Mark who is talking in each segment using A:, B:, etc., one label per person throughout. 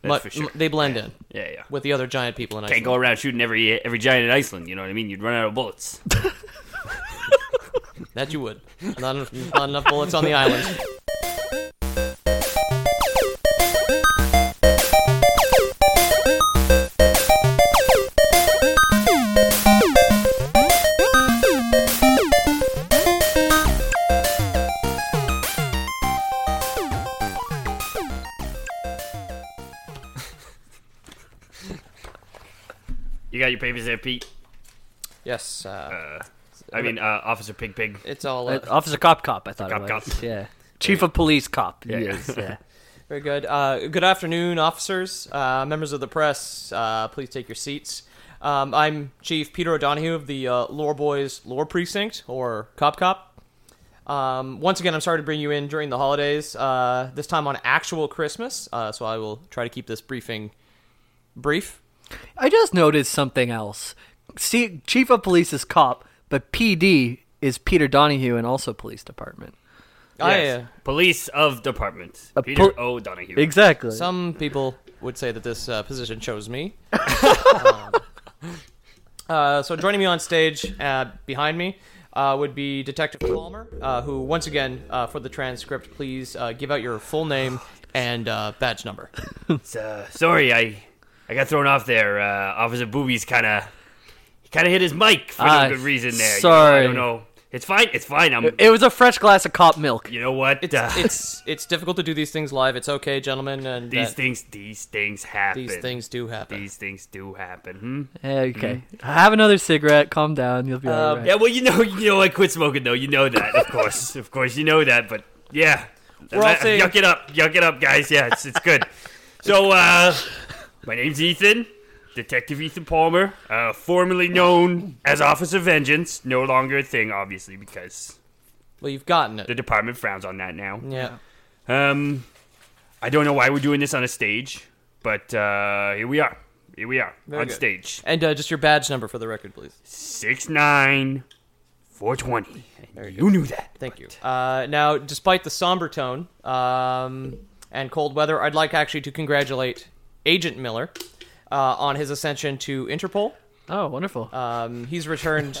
A: That's
B: Like,
A: for sure.
B: They blend in
A: Yeah, yeah.
B: with the other giant people in
A: Can't
B: Iceland.
A: go around shooting every every giant in Iceland. You know what I mean? You'd run out of bullets.
B: That you would. Not, en- not enough bullets on the island.
A: You got your papers there, Pete.
B: Yes, uh,
A: I mean, uh, Officer Pig Pig.
B: it's all
C: Uh,
B: uh,
C: Officer Cop Cop, I thought
A: Cop
C: it was.
A: Cop.
C: Yeah. Chief of Police Cop.
A: Yeah, yeah.
C: Yes, yeah.
B: very good. Uh, good afternoon, officers, uh, members of the press. Uh, please take your seats. Um, I'm Chief Peter O'Donohue of the uh, Lore Boys Lore Precinct, or Cop Cop. Um, once again, I'm sorry to bring you in during the holidays. Uh, this time on actual Christmas, uh, so I will try to keep this briefing brief.
C: I just noticed something else. See, Chief of Police is cop, but PD is Peter Donahue and also police department.
B: Yes.
A: Police of Department.
C: A
A: Peter
C: pol-
A: O'Donohue.
C: Exactly.
B: Some people would say that this uh, position chose me. um, uh, so joining me on stage uh, behind me uh, would be Detective Palmer, uh, who, once again, uh, for the transcript, please uh, give out your full name and uh, badge number.
A: Uh, sorry, I I got thrown off there. Uh, Officer Booby's kind of kind of hit his mic for
C: Ah,
A: no good reason there. You know,
C: sorry.
A: I don't know. It's fine. It's fine. I'm.
C: it was a fresh glass of cop milk.
A: you know what?
B: It's,
A: Uh,
B: it's it's difficult to do these things live. It's okay, gentlemen, and
A: these
B: that-
A: things. These things happen.
B: these things do happen.
A: These things do happen. Hmm?
C: Okay. Mm-hmm. Um, Have another cigarette. Calm down. You'll be all right.
A: Yeah. Well, you know. You know. I quit smoking though. You know that. Of course. of course. You know that. But yeah.
B: We're all
A: Uh,
B: saying-
A: Yuck it up. Yuck it up, guys. Yeah. It's it's good. so uh, my name's Ethan. Detective Ethan Palmer, uh, formerly known as Officer Vengeance, no longer a thing, obviously, because
B: Well, you've gotten it.
A: the department frowns on that now.
B: yeah.
A: Um, I don't know why we're doing this on a stage, but uh, here we are. Here we are on
B: good.
A: stage.
B: And uh, just your badge number for the record, please.
A: Six nine, four twenty. You knew that.
B: Thank you. Uh, now, despite the somber tone um, and cold weather, I'd like actually to congratulate Agent Miller uh, on his ascension to Interpol.
C: Oh, wonderful.
B: Um, he's returned.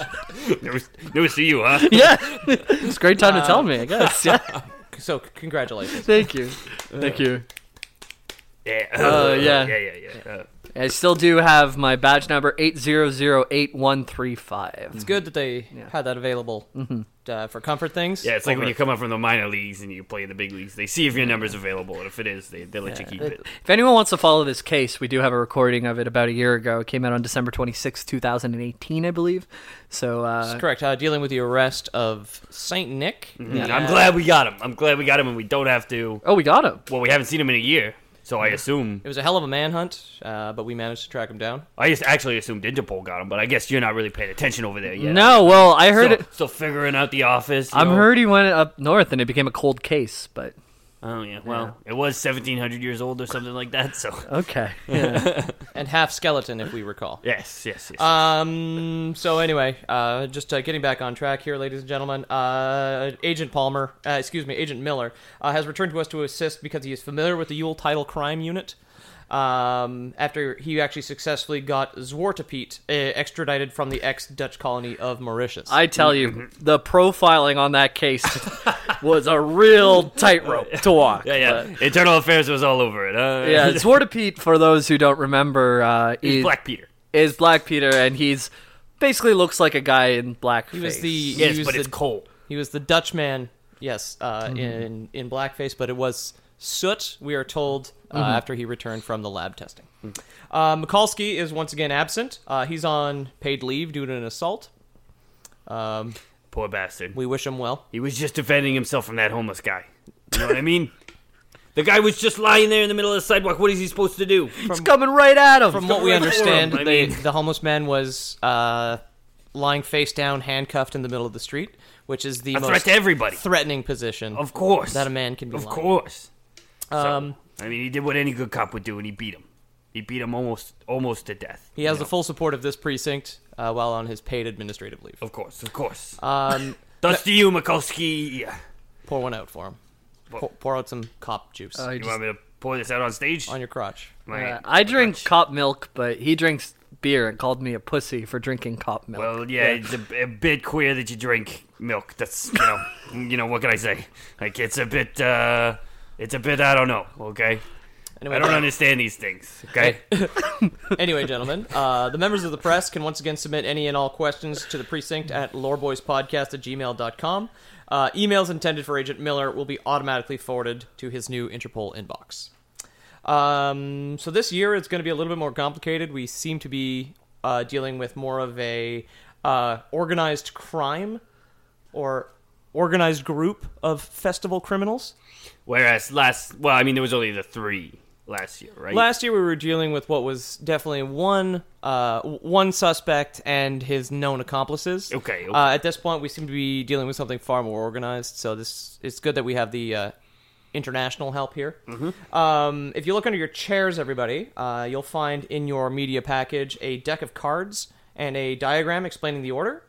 A: Never, never see you, huh?
C: yeah. it's a great time to tell me, I guess. Uh, Yeah.
B: so, c- congratulations.
C: Thank you. Thank you.
A: yeah.
C: Oh, yeah.
A: Yeah, yeah, yeah. Uh,
C: I still do have my badge number 8008135.
B: It's good that they had that available uh, for comfort things.
A: yeah, it's like when
B: Over-
A: you come up from the minor leagues and you play in the big leagues. They see if your number's available, and if it is, they, they let you keep it.
C: If anyone wants to follow this case, we do have a recording of it about a year ago. It came out on December twenty sixth, 2018, I believe. So, uh,
B: Correct. Uh, dealing with the arrest of Saint Nick.
A: I'm glad we got him. I'm glad we got him, and we don't have to.
C: oh, we got him.
A: Well, we haven't seen him in a year, so I assume.
B: It was a hell of a manhunt, uh, but we managed to track him down.
A: I just actually assumed Interpol got him, but I guess you're not really paying attention over there yet.
C: No, well, I heard
A: Still,
C: it.
A: still figuring out the office. you
C: I'm
A: know?
C: heard he went up north and it became a cold case, but
A: Oh yeah. Well, it was 1700 years old or something like that. So
C: okay.
B: And half skeleton, if we recall.
A: yes, yes, yes.
C: uh,
B: Um. So anyway, uh, just uh, getting back on track here, ladies and gentlemen. Uh, Agent Palmer, uh, excuse me, Agent Miller uh, has returned to us to assist because he is familiar with the Yule Title Crime Unit. Um, after he actually successfully got Zwartepete uh, extradited from the ex-Dutch colony of Mauritius.
C: I tell you, the profiling on that case was a real tightrope to walk.
A: yeah, yeah. Internal affairs was all over it. Uh,
C: Yeah, Zwarte for those who don't remember, uh, is,
A: he's Black Peter.
C: is Black Peter, and he's basically looks like a guy in black.
B: he was the he
A: Yes,
B: was
A: but
B: the,
A: it's coal.
B: He was the Dutch man, yes, uh, in in blackface, but it was soot. We are told uh, after he returned from the lab testing. Uh, Mikulski is once again absent. Uh, he's on paid leave due to an assault. Um,
A: Poor bastard.
B: we wish him well.
A: He was just defending himself from that homeless guy. You know what I mean?
D: The guy was just lying there in the middle of the sidewalk. What is he supposed to do?
C: it's coming right at him. Oh,
B: From what we
D: right for
B: understand,
D: him, I
B: the,
D: mean.
B: the homeless man was uh, lying face down, handcuffed in the middle of the street, which is the
A: A
B: most
A: threat to everybody.
B: threatening position.
A: Of course.
B: that a man can be.
A: Of
B: lying.
A: course.
B: Um,
A: I mean, he did what any good cop would do, and he beat him. He beat him almost almost to death.
B: he has the full support of this precinct uh, while on his paid administrative leave.
A: Of course, of course.
B: Um,
A: Thus to you, Mikulski. Yeah.
B: pour one out for him. Pour, pour out some cop juice
C: I,
A: You want me to pour this out on stage?
B: on your uh, crotch.
A: My-
C: Uh, I drink cop milk, but he drinks beer and called me a pussy for drinking cop milk.
A: Well, yeah, it's a, a bit queer that you drink milk. That's you know, you know what can I say? Like it's a bit, uh, it's a bit. I don't know. Okay,
B: Anyway,
A: I don't understand these things. Okay,
B: Anyway, gentlemen, uh, the members of the press can once again submit any and all questions to the precinct at loreboyspodcast at gmail.com. Uh, emails intended for Agent Miller will be automatically forwarded to his new Interpol inbox. Um, so this year it's going to be a little bit more complicated. We seem to be uh, dealing with more of a uh, organized crime or organized group of festival criminals.
A: whereas last, well, I mean, there was only the three last year, right?
B: Last year we were dealing with what was definitely one uh, w- one suspect and his known accomplices.
A: Okay, okay.
B: Uh, at this point, we seem to be dealing with something far more organized. So this it's good that we have the uh, international help here.
A: Mm-hmm.
B: Um, if you look under your chairs, everybody, uh, you'll find in your media package a deck of cards and a diagram explaining the order.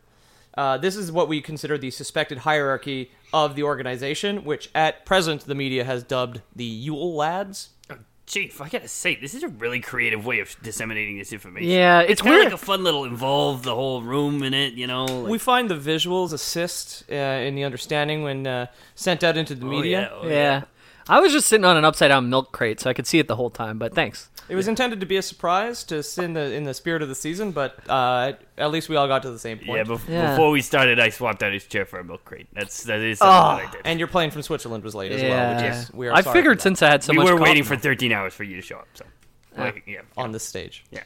B: Uh, this is what we consider the suspected hierarchy of the organization, which at present the media has dubbed the Yule Lads.
A: Chief, I gotta say, this is a really creative way of disseminating this information.
C: yeah, it's,
D: Kind of
C: weird.
D: like a fun little involve the whole room in it, you know. Like,
B: We find the visuals assist uh, in the understanding when uh, sent out into the
D: oh,
B: media.
D: yeah, oh,
C: yeah. I was just sitting on an upside down milk crate, so I could see it the whole time. But thanks.
B: It was intended to be a surprise to s- in the in the spirit of the season, but uh, at least we all got to the same point.
A: Yeah, bef-
C: Yeah.
A: before we started, I swapped out his chair for a milk crate. That's that is something that I did.
B: and your plane from Switzerland was late as well,
C: yeah,
B: which is we are
C: I
B: sorry
C: figured
B: for that
C: since I had so
A: we
C: much.
A: were
C: cop
A: waiting
C: milk-
A: for 13 hours for you to show up. So, like, yeah,
B: on this stage.
A: yeah.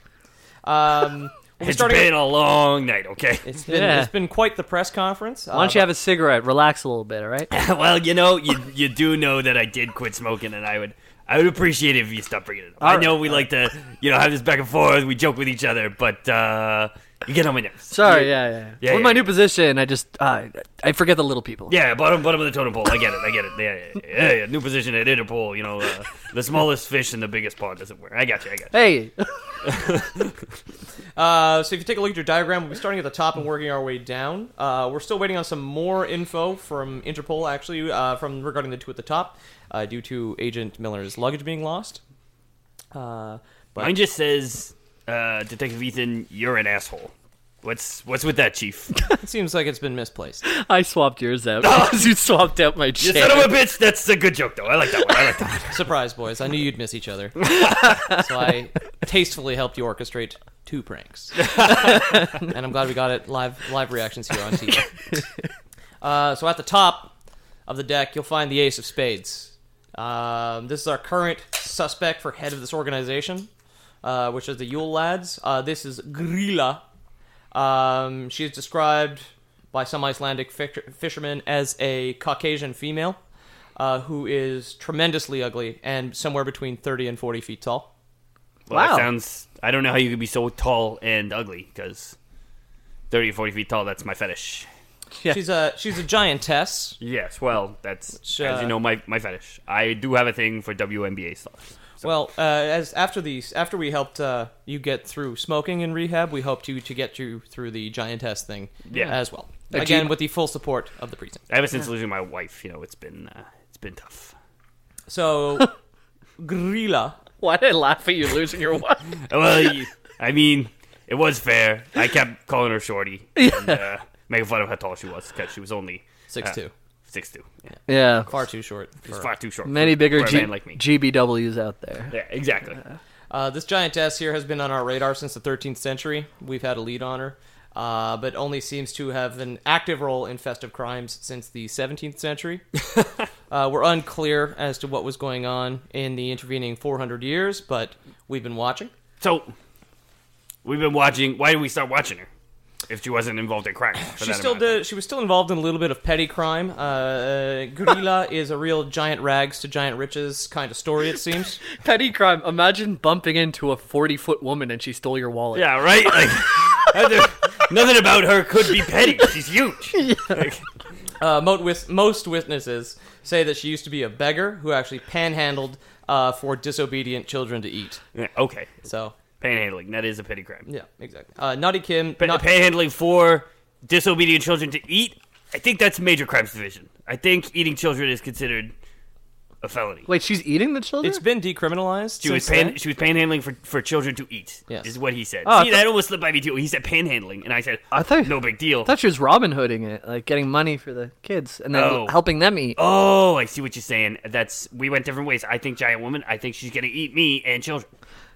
B: Um, we're
A: It's
B: starting.
A: been a long night. Okay.
B: it's been
C: Yeah.
B: it's been quite the press conference. Uh,
C: Why don't you have a cigarette? Relax a little bit, all right?
A: well, you know, you you do know that I did quit smoking, and I would I would appreciate it if you stopped bringing it up. I know we like to you know have this back and forth, we joke with each other, but uh, you get on my nerves.
C: Sorry, yeah, yeah.
A: Yeah,
C: With
A: yeah,
C: my
A: yeah.
C: new position, I just uh, I forget the little people.
A: yeah, bottom bottom of the totem pole. I get it. I get it. Yeah, yeah, yeah, yeah. New position at Interpol. You know, uh, the smallest fish in the biggest pond doesn't work. I got you. I got you.
C: Hey,
B: Uh, so if you take a look at your diagram, we'll be starting at the top and working our way down. Uh, we're still waiting on some more info from Interpol, actually, uh, from regarding the two at the top, uh, due to Agent Miller's luggage being lost. Uh, but
A: Mine just says, uh, Detective Ethan, you're an asshole. What's what's with that, Chief?
B: it seems like it's been misplaced.
C: I swapped yours out. because you swapped out my
A: you
C: chair.
A: son of a bitch. That's a good joke though. I like that one. I like that. One.
B: Surprise, boys! I knew you'd miss each other, so I tastefully helped you orchestrate two pranks, and I'm glad we got it live live reactions here on TV. Uh, so at the top of the deck, you'll find the Ace of Spades. Um, this is our current suspect for head of this organization, uh, which is the Yule Lads. Uh, this is Grilla. Um, she is described by some Icelandic fish- fishermen as a Caucasian female uh, who is tremendously ugly and somewhere between 30 and 40 feet tall.
A: Well, that
C: Wow.
A: sounds. I don't know how you could be so tall and ugly because 30 or 40 feet tall, that's my fetish.
B: She's a she's a giantess.
A: Yes, well, that's, as
B: uh,
A: you know, my, my fetish. I do have a thing for WNBA stars.
B: Well, uh, as after the after we helped uh, you get through smoking in rehab, we hoped you to get you through the giantess thing
A: Yeah.
B: as well.
C: A
B: Again,
C: G-
B: with the full support of the precinct.
A: Ever since losing my wife, you know, it's been uh, it's been tough.
B: So, Grilla.
C: Why did I laugh at you losing your wife?
A: Well, you- I mean, it was fair. I kept calling her shorty and uh, making fun of how tall she was because she was only uh,
B: 6'2".
A: 6'2. Yeah.
C: Yeah,
B: Far too short.
A: It's
B: for-
A: far too short.
C: many
A: for-
C: bigger
A: for a
C: G-
A: man like me.
C: GBWs out there.
A: yeah, exactly.
B: Uh, this giantess here has been on our radar since the 13th century. We've had a lead on her, uh, but only seems to have an active role in festive crimes since the 17th century. uh, we're unclear as to what was going on in the intervening 400 years, but we've been watching.
A: So, we've been watching. Why did we start watching her? if she wasn't involved in crime. for
B: She
A: that
B: still
A: amount of
B: did. She was still involved in a little bit of petty crime. Uh, uh, Gorilla is a real giant rags to giant riches kind of story. It seems.
C: Petty crime. Imagine bumping into a 40 foot woman and she stole your wallet.
A: time. Yeah, right. Like nothing- nothing about her could be petty. She's huge. Like,
B: Uh, mo- with, most witnesses say that she used to be a beggar who actually panhandled uh, for disobedient children to eat.
A: yeah, okay,
B: So
A: panhandling that is a petty crime.
B: yeah, exactly. Uh, Naughty Kim.
A: Pa-
B: not-
A: panhandling for disobedient children to eat. I think that's major crimes division. I think eating children is considered a felony.
C: Wait, she's eating the children?
B: it's been decriminalized.
A: She was
B: since
A: pan-
B: then.
A: she was panhandling for, for children to eat.
B: Yes. Oh,
A: is what he said.
C: I
A: See,
C: thought-
A: that almost slipped by me too. He said panhandling, and I said,
C: I thought-
A: no big deal.
C: I thought she was Robin Hooding it, like getting money for the kids and then
A: Oh.
C: helping them eat.
A: oh, I see what you're saying. That's we went different ways. I think giant woman. I think she's gonna eat me and children,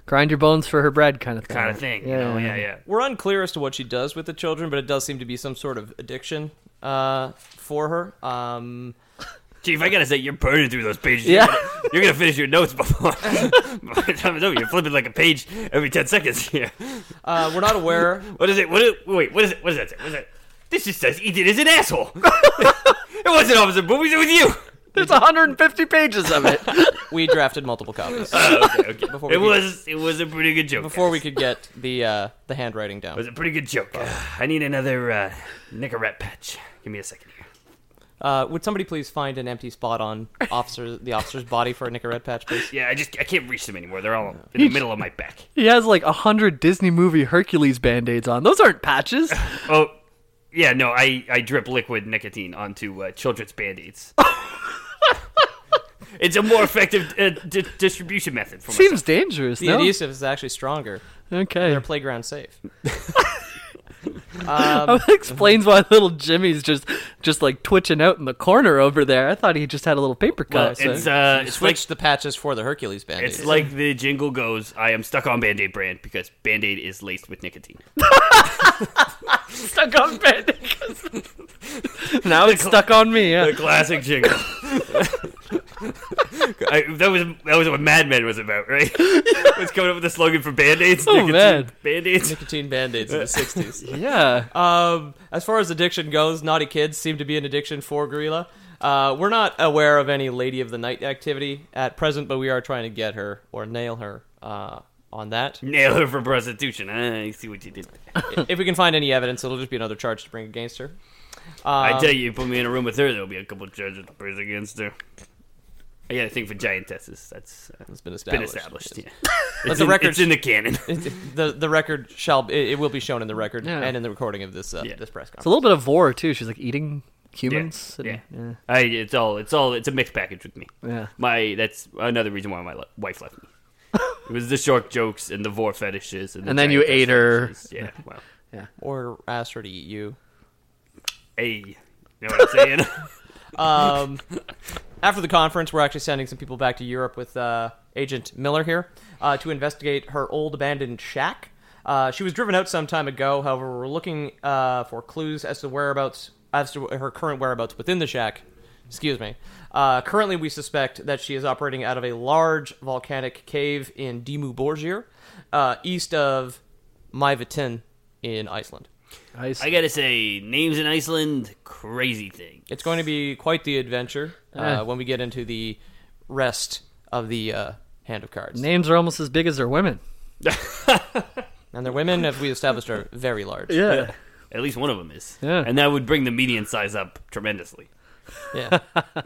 C: Grind your bones for her bread kind of thing.
A: kind of thing. Yeah, you know? yeah, yeah.
B: We're unclear as to what she does with the children, but it does seem to be some sort of addiction uh, for her. Um,
A: Chief, I gotta say, you're burning through those pages.
C: Yeah.
A: You're gonna, you're gonna finish your notes before by the time it's over. You're flipping like a page every ten seconds here.
B: uh, we're not aware
A: What is it? What is, wait, what is it? What does that say? What is it? This just says Ethan is an asshole. it wasn't Officer Boobies, it was you.
C: There's 150 pages of it.
B: we drafted multiple copies
A: Okay, okay.
B: Before
A: it
B: we-
A: was it was a pretty good joke.
B: before
A: guys.
B: we could get the uh, the handwriting down.
A: It was a pretty good joke. I need another uh, Nicorette patch. Give me a second here.
B: Uh, would somebody please find an empty spot on officer the officer's body for a Nicorette patch, please?
A: Yeah, I just I can't reach them anymore. They're all in the middle of my back.
C: he has like 100 Disney movie Hercules band aids on. Those aren't patches.
A: Oh, yeah, no, I I drip liquid nicotine onto uh, children's band aids. it's a more effective uh, di- distribution method for
C: Seems dangerous,
B: The
C: no?
B: adhesive is actually stronger.
C: Okay.
B: They're playground safe.
C: that explains why little Jimmy's just just like twitching out in the corner over there. I thought he just had a little paper cut.
A: myself.
C: so-
A: It's uh, it's like
B: Switch the patches for the Hercules band.
A: It's like the jingle goes, I am stuck on Band Aid brand because Band Aid is laced with nicotine.
C: stuck on bed. now it's stuck on me. Yeah.
A: The classic jingle. I, that was that was what Mad Men was about, right? It was coming up with the slogan for Band Aids.
C: Oh, man.
A: Band Aids.
B: nicotine band aids in the sixties.
C: yeah.
B: Um, as far as addiction goes, naughty kids seem to be an addiction for Gorilla. Uh, we're not aware of any Lady of the Night activity at present, but we are trying to get her or nail her uh, on that.
A: Nail her for prostitution. I see what you did. there.
B: if we can find any evidence, it'll just be another charge to bring against her.
A: I
C: Um,
A: tell you, you put me in a room with her, there'll be a couple charges to press against her. I got a thing for giantesses. That's uh,
B: It's been
A: been
B: established.
A: established. Yeah.
B: Let
A: It's,
B: the
A: in,
B: record
A: it's in the canon.
B: the the record shall it, it will be shown in the record
C: Yeah.
B: and in the recording of this uh,
A: Yeah.
B: this press
C: It's a
B: conference.
C: little bit of vor too. She's like eating
A: Yeah,
C: humans.
A: yeah.
C: and- yeah.
A: I, it's all it's all it's a mixed package with me.
C: Yeah.
A: my that's another reason why my le- wife left me. it was the shark jokes and the vor fetishes, and, the
C: And then you
A: giantess
C: ate her.
A: fetishes. Yeah, well,
B: Or ask her to eat you.
A: hey, you know what I'm saying?
B: Um, after the conference, we're actually sending some people back to Europe with uh, Agent Miller here uh, to investigate her old abandoned shack. Uh, she was driven out some time ago. However, we're looking uh, for clues as to whereabouts, as to her current whereabouts within the shack. Excuse me. Uh, currently, we suspect that she is operating out of a large volcanic cave in Dimu Borgir, uh, east of Maivatin in Iceland.
C: I see.
E: I gotta say, names in Iceland, crazy thing.
B: It's going to be quite the adventure uh,
C: Yeah.
B: when we get into the rest of the uh, hand of cards.
C: Names are almost as big as their women.
B: and their women, as we established, are very large.
C: Yeah.
A: At least one of them is,
C: Yeah.
A: and that would bring the median size up tremendously.
B: Yeah.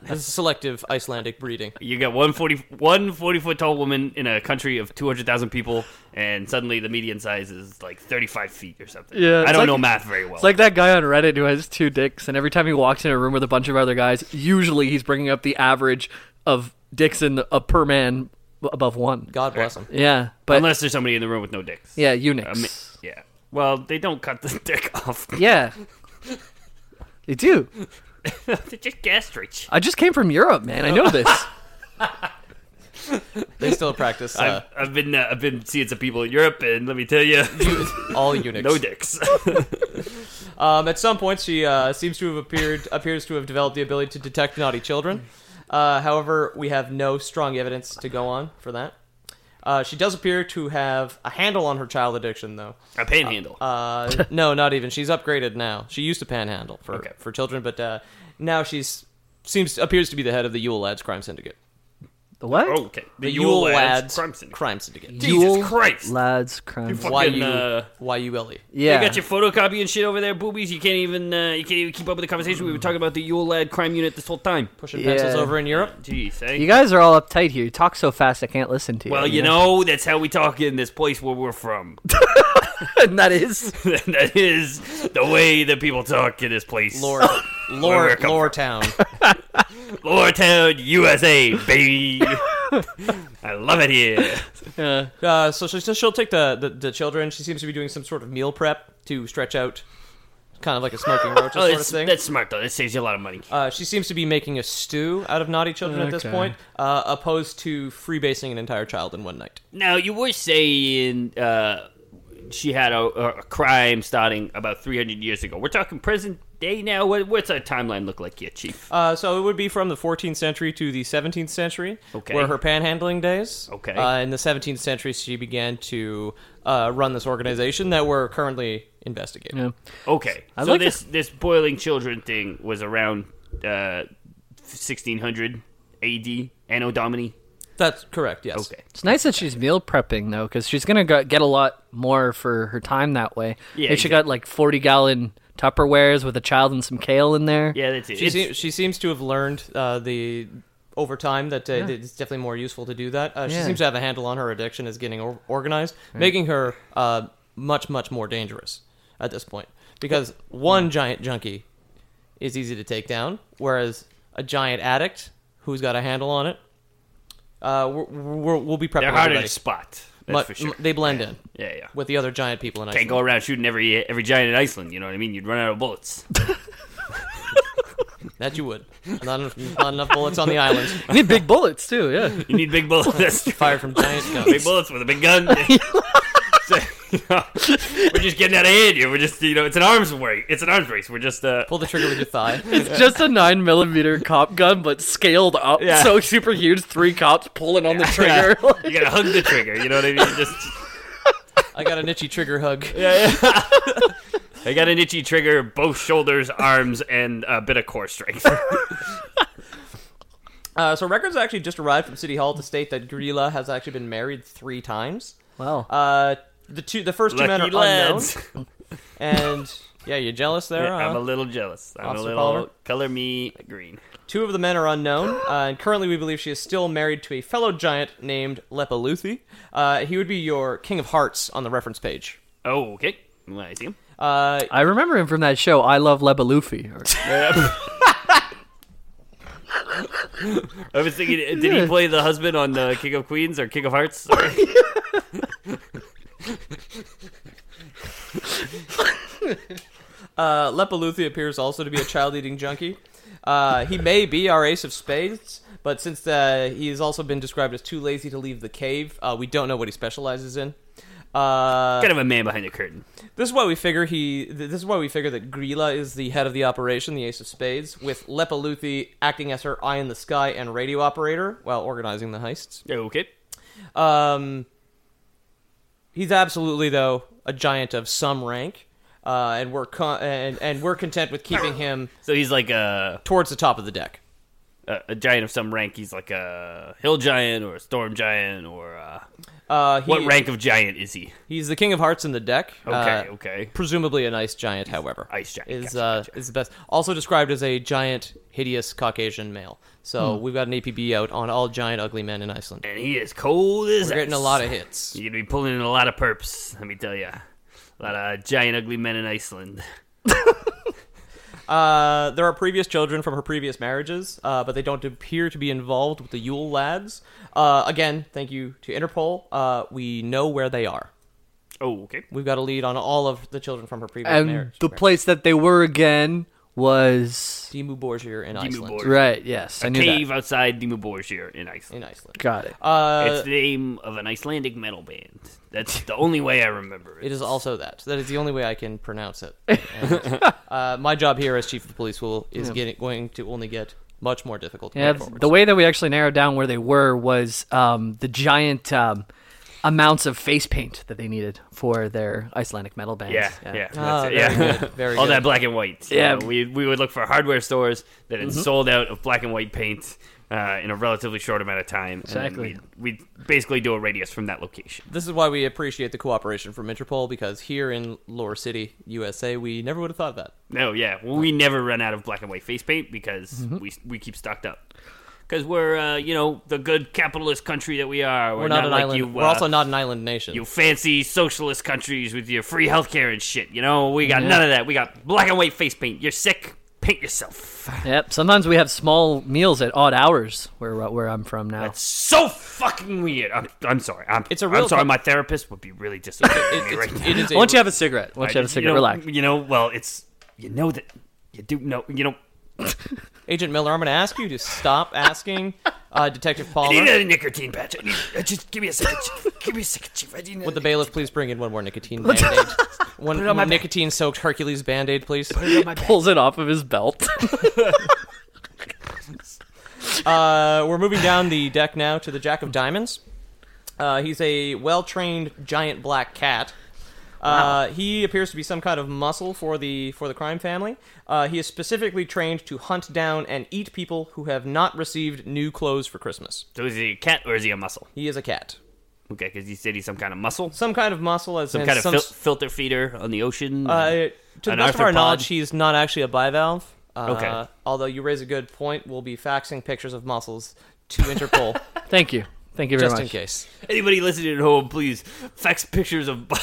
B: This is selective Icelandic breeding.
A: You got one 40, one 40 foot tall woman in a country of 200,000 people, and suddenly the median size is like 35 feet or something.
C: Yeah,
A: I
C: it's
A: don't
C: like-
A: know math very well.
C: It's like that guy on Reddit who has two dicks, and every time he walks in a room with a bunch of other guys, usually he's bringing up the average of dicks in the, uh, per man above one.
B: God bless them.
C: Yeah, but
A: Unless there's somebody in the room with no dicks.
C: yeah,
A: I mean,
C: eunuchs.
A: yeah. Well, they don't cut the dick off.
C: yeah, they do.
A: They're just gastric.
C: I just came from Europe, man. I know this.
B: They still practice uh,
A: I've been uh, I've been seeing some people in Europe, and let me tell you,
B: uh, all eunuchs.
A: no dicks.
B: Um, at some point, she uh, seems to have appeared appears to have developed the ability to detect naughty children. Uh, however, we have no strong evidence to go on for that. Uh, she does appear to have a handle on her child addiction, though.
A: A panhandle.
B: Uh, no, not even. She's upgraded now. She used to panhandle for for children, but uh, now she's seems appears to be the head of the Yule Lads crime syndicate.
C: The what?
F: Oh, okay. The,
B: The
F: Yule Lads, crime syndicate.
B: crime syndicate.
F: Jesus
C: Yule
F: Christ.
C: Lads crime.
F: fucking,
B: Y U
A: uh,
B: Y U L E.
C: yeah.
A: You got your photocopy and shit over there, boobies. You can't even uh, you can't even keep up with the conversation. We were talking about the Yule Lad crime unit this whole time.
B: Pushing pencils
C: Yeah.
B: over in Europe.
A: Jeez, eh?
C: You guys are all uptight here. You talk so fast I can't listen to you.
A: well, you know that's how we talk in this place where we're from.
C: and that is
A: that is the way that people talk in this place.
B: Lore, lore, lore town.
A: Loretown, USA, baby. I love it here.
B: Uh, so she, so she'll take the, the, the children. She seems to be doing some sort of meal prep to stretch out, kind of like a smoking roach
A: Oh,
B: sort of
A: that's-
B: thing.
A: that's smart though. That saves you a lot of money.
B: Uh, she seems to be making a stew out of naughty children at this
C: Okay.
B: point, uh, opposed to freebasing an entire child in one night.
A: Now you were saying uh, she had a, a crime starting about 300 years ago. We're talking present day now. What, what's our timeline look like here, Chief?
B: Uh, so it would be from the 14th century to the 17th century,
A: Okay.
B: were her panhandling days.
A: Okay.
B: Uh, in the 17th century, she began to uh, run this organization that we're currently investigating.
A: Okay, so
C: like
A: this this boiling children thing was around uh, 1600 A.D. Anno Domini.
B: That's correct. Yes.
A: Okay.
C: It's nice that she's meal prepping though, because she's gonna go- get a lot more for her time that way.
A: Yeah,
C: Like, she got like forty gallon Tupperwares with a child and some kale in there.
A: Yeah, that's it.
B: She,
A: It's-
B: se- she seems to have learned uh, the over time that, uh, that it's definitely more useful to do that. Uh, She
C: Yeah.
B: seems to have a handle on her addiction, is getting or- organized, making her uh, much much more dangerous at this point because one giant junkie is easy to take down, whereas a giant addict who's got a handle on it, uh, we're, we're, we'll be prepping.
A: they're harder
B: everybody.
A: to spot. That's
B: But
A: for sure.
B: m- they blend in
A: yeah, yeah.
B: with the other giant people in
A: Can't
B: Iceland.
A: go around shooting every every giant in Iceland. You know what I mean? You'd run out of bullets.
B: That you would. Not enough, not enough bullets on the island.
C: You need big bullets too. Yeah.
A: You need big bullets. That's true.
B: Fired from giant guns.
A: big bullets with a big gun. So, you know, we're just getting out of hand here. We're just, you know, it's an arms race. It's an arms race. We're just, uh,
B: Pull the trigger with your thigh.
C: It's just a nine millimeter cop gun, but scaled up
A: Yeah.
C: so super huge. Three cops pulling on the trigger.
A: you gotta hug the trigger. You know what I mean? Just,
B: I got an itchy trigger hug.
A: I got an itchy trigger, both shoulders, arms, and a bit of core strength.
B: Uh, so records actually just arrived from City Hall to state that Gorilla has actually been married three times.
C: wow.
B: Uh, the two, the first two men are
A: Lucky lads.
B: unknown, and yeah, you're jealous there. huh?
A: I'm a little jealous. I'm
B: Officer
A: a little
B: Palmer?
A: color me green.
B: Two of the men are unknown, uh, and currently we believe she is still married to a fellow giant named Lepaluthi. Uh, he would be your King of Hearts on the reference page.
A: Oh, okay. Well, I see him.
B: Uh,
C: I remember him from that show. I love Lebalufi. Or-
A: I was thinking, uh, did he play the husband on uh, King of Queens or King of Hearts? Sorry.
B: Uh, Lepaluthi appears also to be a child-eating junkie. Uh, he may be our ace of spades, but since uh, he has also been described as too lazy to leave the cave, uh, we don't know what he specializes in. Uh,
A: kind of a man behind the curtain.
B: this is why we figure he. th- This is why we figure that Grilla is the head of the operation, the ace of spades, with Lepaluthi acting as her eye in the sky and radio operator while organizing the heists.
A: Oh, Okay.
B: Um, he's absolutely though a giant of some rank, uh, and we're con- and and we're content with keeping him
A: So he's like a.
B: towards the top of the deck.
A: a, a giant of some rank. He's like a hill giant or a storm giant or uh,
B: Uh, he,
A: what rank of giant is he?
B: He's the king of hearts in the deck.
A: Okay,
B: uh,
A: okay.
B: Presumably a nice giant, however.
A: Ice giant,
B: is
A: gotcha,
B: uh,
A: gotcha.
B: is the best. Also described as a giant, hideous Caucasian male.
A: Hmm.
B: So we've got an APB out on all giant, ugly men in Iceland.
A: And he is cold as
B: We're getting a lot of hits.
A: You're gonna be pulling in a lot of perps. Let me tell you, a lot of giant ugly men in Iceland.
B: Uh, there are previous children from her previous marriages, uh, but they don't appear to be involved with the Yule lads. Uh, again, thank you to Interpol. Uh, we know where they are.
A: Oh, okay.
B: We've got a lead on all of the children from her previous
C: and
B: marriage.
C: the place that they were again was
B: Dimmu Borgir in Iceland.
A: Dimmu Borgir.
C: right. Yes, I knew
A: Cave
C: that.
A: outside Dimmu Borgir in Iceland.
B: In Iceland.
C: Got it.
B: uh,
A: it's the name of an Icelandic metal band. That's the only way I remember it.
B: It is also that. That is the only way I can pronounce it. And, uh, my job here as chief of police will is getting, going to only get much more difficult.
C: Yeah,
B: going forward.
C: the way that we actually narrowed down where they were was um, the giant um, amounts of face paint that they needed for their Icelandic metal bands.
A: Yeah, yeah, that's
B: Oh,
A: it,
B: very
A: yeah.
B: good, very
A: All
B: good.
A: that black and white. You
C: Yeah.
A: know, we we would look for hardware stores that
B: Mm-hmm.
A: had sold out of black and white paint uh, in a relatively short amount of time.
C: Exactly.
A: We basically do a radius from that location.
B: This is why we appreciate the cooperation from Interpol because here in Lower City, USA, we never would have thought of that.
A: No, yeah, well, we never run out of black and white face paint because
B: Mm-hmm.
A: we we keep stocked up. Because we're uh, you know the good capitalist country that we are. We're,
B: We're not, an
A: like
B: island.
A: you.
B: We're
A: uh,
B: also not an island nation.
A: you fancy socialist countries with your free healthcare and shit. You know, we got none of that. We got black and white face paint. You're sick, paint yourself.
C: Yep. Sometimes we have small meals at odd hours where uh, where I'm from now.
A: So fucking weird. I'm, I'm sorry. I'm,
B: It's a real
A: I'm sorry.
B: con-
A: my therapist would be really disappointed in me
B: It's-
A: right now.
B: it is a-
C: Once you have a cigarette, once you have a cigarette,
A: you know,
C: relax.
A: You know, well, it's you know that you do know. You know,
B: Agent Miller, I'm going to ask you to stop asking uh, Detective
A: I need
B: Palmer.
A: a nicotine patch. I need, uh, just give me a second. Chief. give me a second, chief. I need.
B: Would the
A: band?
B: bailiff please bring in one more nicotine band-aid? One, one nicotine-soaked Hercules band-aid, please.
C: Pulls it off of his belt.
B: Uh, we're moving down the deck now to the Jack of Diamonds. Uh, he's a well-trained giant black cat. Uh, he appears to be some kind of muscle for the for the crime family. Uh, he is specifically trained to hunt down and eat people who have not received new clothes for Christmas.
A: So is he a cat or is he a muscle?
B: He is a cat,
A: Okay, because he said he's some kind of muscle, some
B: some kind of muscle, as in
A: kind of
B: some
A: fil- filter feeder on the ocean.
B: Uh, to the
A: An
B: best of our
A: arthropod.
B: knowledge, he's not actually a bivalve. Uh,
A: Okay.
B: Although you raise a good point, we'll be faxing pictures of mussels to Interpol
C: Thank you. Thank you very
B: just
C: much.
B: in case.
A: Anybody listening at home, please fax pictures of bi-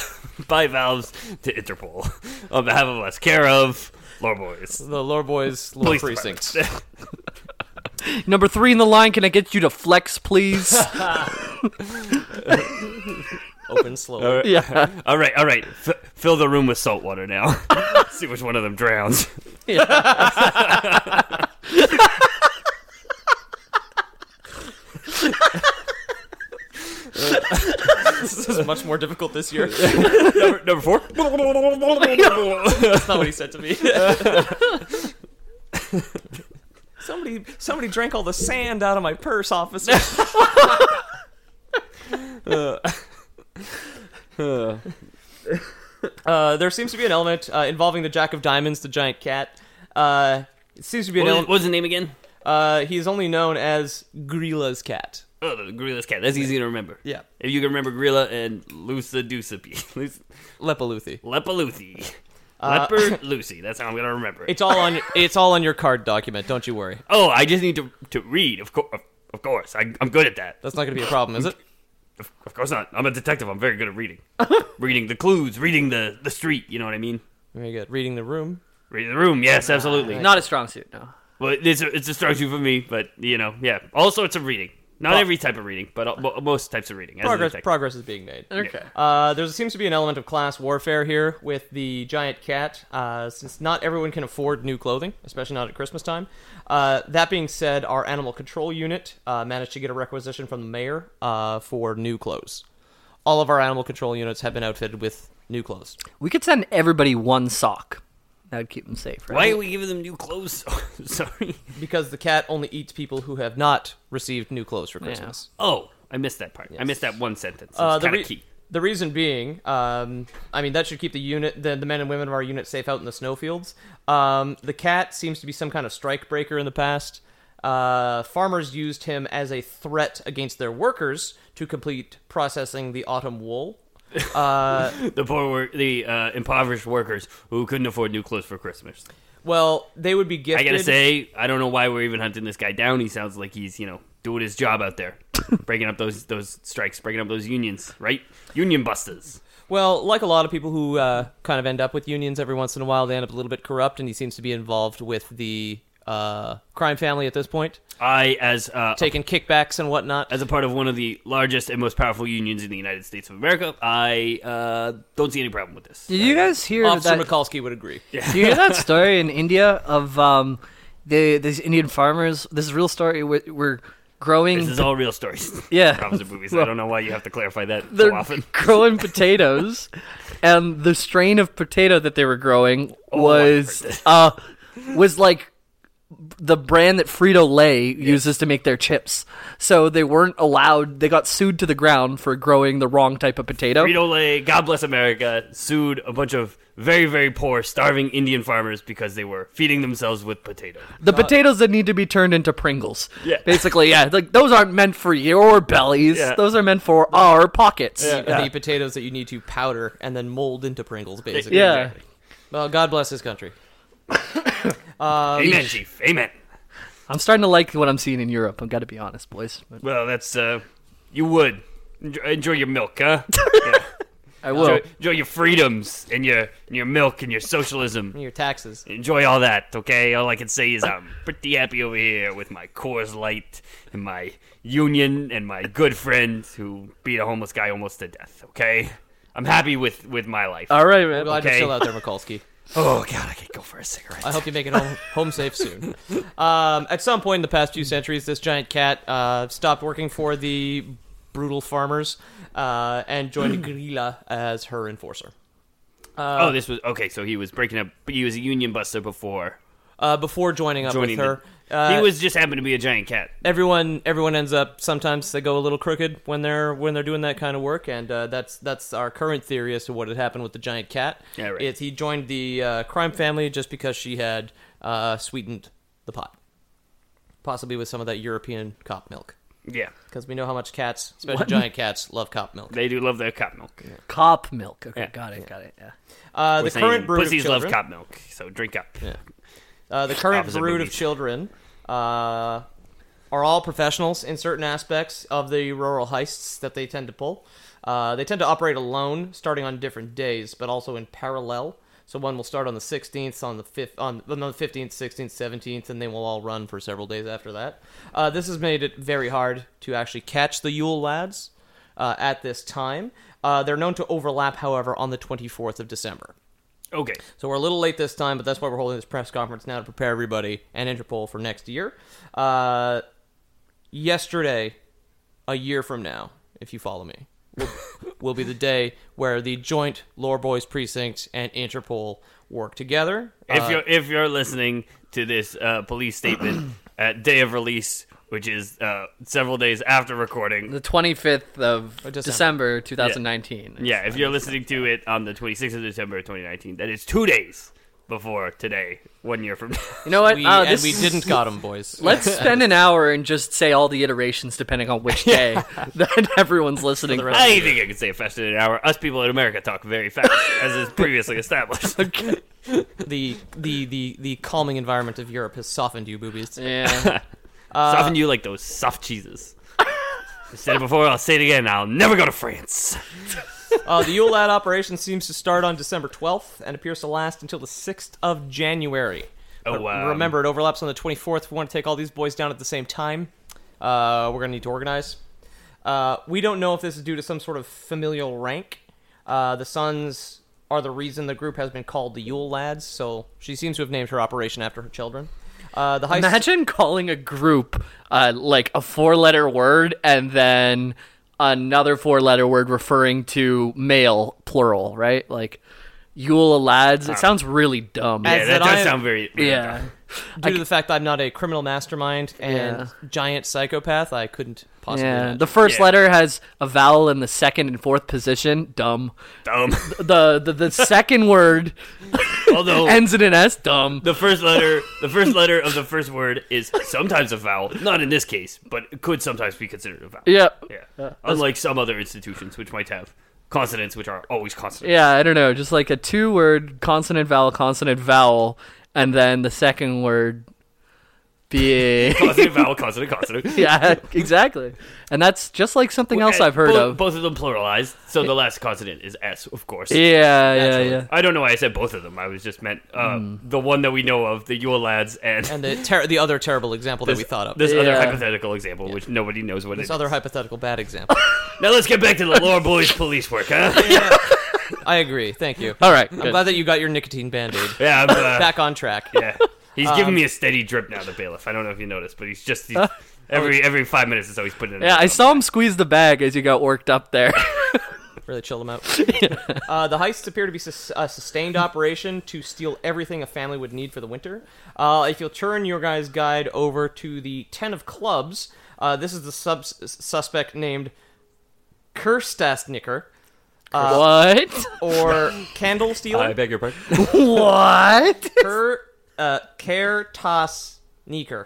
A: bivalves to Interpol on behalf of us. Care of Lore Boys.
B: The Lore Boys Lore
A: Police
B: Precinct.
A: Department.
C: Number three in the line. Can I get you to flex, please?
B: Open slowly.
A: Oh.
C: yeah.
A: all right, all right. F- fill the room with salt water now. See which one of them drowns.
B: This is much more difficult this year.
A: number, number four.
B: That's not what he said to me. somebody, somebody drank all the sand out of my purse, officer. uh, there seems to be an element uh, involving the Jack of Diamonds, the giant cat. Uh, it seems to be an
A: what
B: element.
A: was the name again?
B: Uh, he is only known as Grilla's cat.
A: Oh, the Gorilla's cat. That's easy to remember.
B: Yeah.
A: If you can remember Gorilla and Lusa Dusipi. Lus-
B: Lepaluthi.
A: Lepaluthi. Leopard Lucy. That's how I'm going to remember it.
B: It's all on. It's all on your card document. Don't you worry.
A: Oh, I just need to to read. Of course, of, of course, I, I'm good at that.
B: That's not going to be a problem, is it?
A: Of, of course not. I'm a detective. I'm very good at reading, reading the clues, reading the the street. You know what I mean?
B: Very good. Reading the room.
A: Reading the room. Yes, absolutely.
C: Not a strong suit. No.
A: Well, it's a, it's a strong shoe for me, but you know, yeah, all sorts of reading. Not every type of reading, but all, mo- most types of reading. as a
B: Progress.
A: detective.
B: Progress is being made.
C: Okay.
B: Uh, there seems to be an element of class warfare here with the giant cat, uh, since not everyone can afford new clothing, especially not at Christmas time. Uh, that being said, our animal control unit uh, managed to get a requisition from the mayor uh, for new clothes. All of our animal control units have been outfitted with new clothes.
C: We could send everybody one sock. That would keep them safe, right?
A: Why are we giving them new clothes? Sorry.
B: Because the cat only eats people who have not received new clothes for Christmas.
A: Oh, I missed that part. I missed that one sentence. It's
B: Uh, the,
A: kind
B: re-
A: of key.
B: the reason being, um, I mean, that should keep the unit, the, the men and women of our unit, safe out in the snowfields. Um, the cat seems to be some kind of strike breaker in the past. Uh, farmers used him as a threat against their workers to complete processing the autumn wool.
A: The poor, work, the uh, impoverished workers who couldn't afford new clothes for Christmas.
B: Well, they would be
A: I
B: gifted.
A: gotta say, I don't know why we're even hunting this guy down. He sounds like he's, you know, doing his job out there, breaking up those those strikes, breaking up those unions, right? Union busters.
B: Well, like a lot of people who uh, kind of end up with unions every once in a while, they end up a little bit corrupt, and he seems to be involved with the uh, crime family at this point,
A: I, as uh,
B: taking kickbacks and whatnot.
A: as a part of one of the largest and most powerful unions in the United States of America, I uh, don't see any problem with this.
C: Did you guys hear
B: Officer
C: that?
B: Mikulski would agree.
C: Do you hear that story in India of um, the these Indian farmers? This is a real story. Were, were growing.
A: This is all real stories.
C: Yeah.
A: problems and movies. I
C: Well,
A: don't know why you have to clarify that so
C: they're
A: often.
C: growing potatoes, and
A: Oh,
C: the strain of potato that they were growing was uh was like the brand that Frito Lay uses to make their chips. So they weren't allowed. They got sued to the ground for growing the wrong type of potato.
A: Frito Lay, God bless America, sued a bunch of very, very poor, starving Indian farmers because they were feeding themselves with potato.
C: The potatoes that need to be turned into Pringles.
A: Yeah.
C: Basically, yeah. Like those aren't meant for your bellies.
A: Yeah.
C: Those are meant for our pockets. Yeah.
B: The potatoes that you need to powder and then mold into Pringles, basically.
C: Yeah.
B: Well, God bless this country.
C: Uh,
A: Amen, Chief. Amen.
C: I'm starting to like what I'm seeing in Europe. I've got to be honest, boys. But
A: Well, that's, uh, you would. Enjoy, enjoy your milk, huh?
C: I will.
A: Enjoy, enjoy your freedoms and your, and your milk and your socialism.
B: Your taxes.
A: Enjoy all that, okay? All I can say is I'm pretty happy over here with my Coors Light and my union and my good friend who beat a homeless guy almost to death, okay? I'm happy with, with my life.
C: All right, man.
B: I'm glad
A: Okay.
B: you're still out there, Mikulski.
A: Oh god, I could go for a cigarette.
B: I hope you make it home, home safe soon. Um, at some point in the past few centuries, this giant cat uh, stopped working for the brutal farmers uh, and joined Grilla as her enforcer.
A: oh, this was okay. So he was breaking up. But he was a union buster before
B: Uh, before joining up
A: joining
B: with her,
A: the-
B: uh,
A: he was just happened to be a giant cat.
B: everyone everyone ends up sometimes they go a little crooked when they're when they're doing that kind of work and uh, that's that's our current theory as to what had happened with the giant cat
A: Yeah, right.
B: is he joined the uh, crime family just because she had uh, sweetened the pot possibly with some of that european cop milk
A: Yeah,
B: because we know how much cats especially giant cats love cop milk
A: they do love their cop milk.
C: Cop milk. Okay,
A: Yeah.
C: got it. Got it. Yeah.
B: uh,
A: We're
B: the
A: saying
B: current brood of
A: pussies love
B: children-
A: cop milk, so drink up.
B: Uh, the current
A: Opposite
B: brood
A: movies.
B: of children uh, are all professionals in certain aspects of the rural heists that they tend to pull. Uh, they tend to operate alone, starting on different days, but also in parallel. So one will start on the 16th, on the fifth, on, on the 15th, 16th, 17th, and they will all run for several days after that. Uh, this has made it very hard to actually catch the Yule lads uh, at this time. Uh, they're known to overlap, however, on the 24th of December.
A: Okay,
B: So we're a little late this time, but that's why we're holding this press conference now to prepare everybody and Interpol for next year. Uh, yesterday, a year from now, if you follow me, will, will be the day where the joint Lore Boys precinct and Interpol work together. Uh,
A: if you're if you're listening to this uh, police statement at day of release, which is uh, several days after recording.
C: The 25th of
B: Or December.
C: December, 2019.
A: Yeah, if you're listening to it on the 26th of December 2019, that is two days before today, one year from now.
C: You know what?
B: we,
C: Uh,
B: and
C: this
B: we
C: is-
B: didn't got them, boys.
C: Let's spend an hour and just say all the iterations depending on which day that everyone's listening.
A: I didn't think I could say it faster than an hour. Us people in America talk very fast, as is previously established.
B: the, the the the calming environment of Europe has softened you, boobies.
C: Yeah.
A: Soften you like those soft cheeses. I said it before, I'll say it again. I'll never go to France.
B: Uh, the Yule Lad operation seems to start on December 12th and appears to last until the 6th of January.
A: Oh,
B: But
A: wow.
B: Remember, it overlaps on the 24th. We want to take all these boys down at the same time. Uh, we're going to need to organize. Uh, we don't know if this is due to some sort of familial rank. Uh, the sons are the reason the group has been called the Yule Lads, so she seems to have named her operation after her children. Uh, the heist
C: Imagine calling a group uh, like a four letter word and then another four letter word referring to male, plural, right? Like Yule lads. It sounds really dumb.
B: As-
A: Yeah,
B: Is
A: that
B: that
A: does
B: I-
A: sound very.
C: yeah.
B: due to the fact that I'm not a criminal mastermind and
C: Yeah.
B: giant psychopath, I couldn't possibly.
C: Yeah.
B: imagine.
C: The first
A: Yeah.
C: letter has a vowel in the second and fourth position. Dumb.
A: Dumb.
C: The the, the second word
A: Although
C: ends in an S. Dumb.
A: the first letter, the first letter of the first word is sometimes a vowel. Not in this case, but it could sometimes be considered a vowel.
C: yeah.
A: Yeah. Unlike some other institutions, which might have consonants, which are always consonants.
C: Yeah, I don't know. Just like a two word consonant vowel consonant vowel, and then the second word being.
A: Consonant, vowel, consonant, consonant.
C: yeah, exactly. And that's just like something else I've heard
A: Both-
C: of.
A: Both of them pluralized, so the last consonant is S, of course.
C: Yeah, yeah, yeah.
A: I don't know why I said both of them. I was just meant uh,
C: Hmm.
A: the one that we know of, the Yule lads, and,
B: and the ter- the other terrible example that we thought of.
A: this other
C: Yeah.
A: hypothetical example, which nobody knows what it
B: This
A: is.
B: other hypothetical bad example.
A: Now let's get back to the lore boys police work, huh?
B: I agree. Thank you.
C: All right,
B: I'm
C: good.
B: glad that you got your nicotine band aid.
A: yeah, I'm, uh,
B: Back on track.
A: yeah. He's
B: Um,
A: giving me a steady drip now, the bailiff. I don't know if you noticed, but he's just he's, every every five minutes or so he's putting. in
C: Yeah, I
A: another
C: saw him squeeze the bag as you got worked up there.
A: one.
B: Really chilled them out. uh, the heists appear to be sus- a sustained operation to steal everything a family would need for the winter. Uh, if you'll turn your guys' guide over to the Ten of Clubs, uh, this is the sub- suspect named Kerstasnicker
C: what?
B: or Candle Stealer.
G: I beg your pardon.
C: what?
B: Ker, uh, Kertasnicker.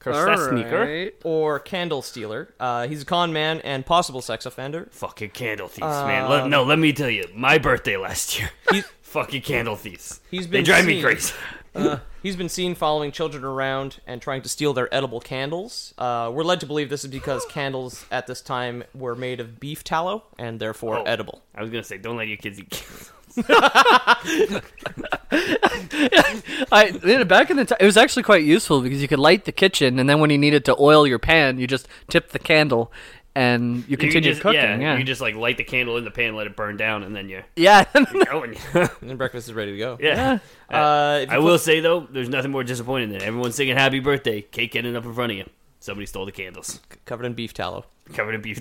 F: Curse sneaker.
B: or candle stealer. Uh, he's a con man and possible sex offender.
A: Fucking candle thieves, man. Let-
B: Um,
A: no, let me tell you, my birthday last year. fucking candle thieves.
B: He's been
A: They drive me
B: seen-
A: crazy.
B: He's been seen following children around and trying to steal their edible candles. Uh, we're led to believe this is because candles at this time were made of beef tallow and therefore
A: Oh.
B: edible.
A: I was gonna say, don't let your kids eat. candles.
C: I you know, back in the time, it was actually quite useful because you could light the kitchen, and then when you needed to oil your pan, you just tipped the candle, and you
A: You
C: continued
A: just,
C: cooking.
A: yeah,
C: Yeah, yeah.
A: you just like light the candle in the pan, let it burn down, and then you're going.
B: And then breakfast is ready to go.
A: yeah.
B: Uh, if you
A: I will say though, there's nothing more disappointing than everyone singing "Happy Birthday," cake ending up in front of you. Somebody stole the candles,
B: covered in beef tallow.
A: covered in beef.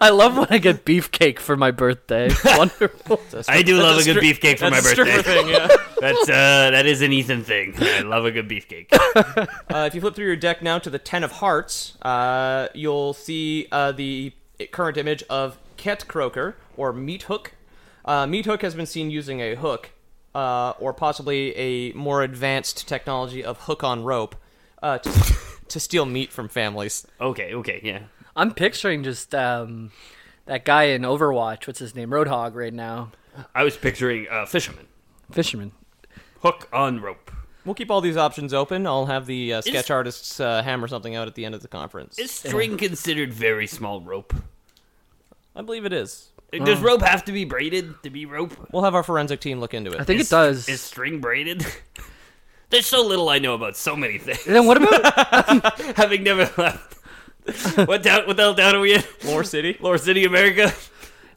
C: I love when I get beefcake for my birthday. It's Wonderful.
A: I do love a good beefcake for my
B: That's a stripper
A: birthday.
B: thing, yeah.
A: That's uh, that is an Ethan thing. I love a good beefcake.
B: Uh, if you flip through your deck now to the Ten of Hearts, uh, you'll see uh, the current image of Ket Croaker, or Meat Hook. Uh, Meat Hook has been seen using a hook, uh, or possibly a more advanced technology of hook on rope, uh, to, to steal meat from families.
A: Okay, okay, yeah.
C: I'm picturing just um, that guy in Overwatch. What's his name? Roadhog. Right now,
A: I was picturing uh, fisherman
C: fisherman.
A: hook on rope.
B: We'll keep all these options open. I'll have the uh, sketch artists uh, hammer something out at the end of the conference.
A: Is string considered very small rope?
B: I believe it is.
A: Does rope have to be braided to be rope?
B: We'll have our forensic team look into
C: I
B: it.
C: think it does.
A: Is string braided? There's so little I know about so many things.
C: then what about
A: Having never left. what town? What the hell town are we in?
B: Lore City?
A: Lower City, America.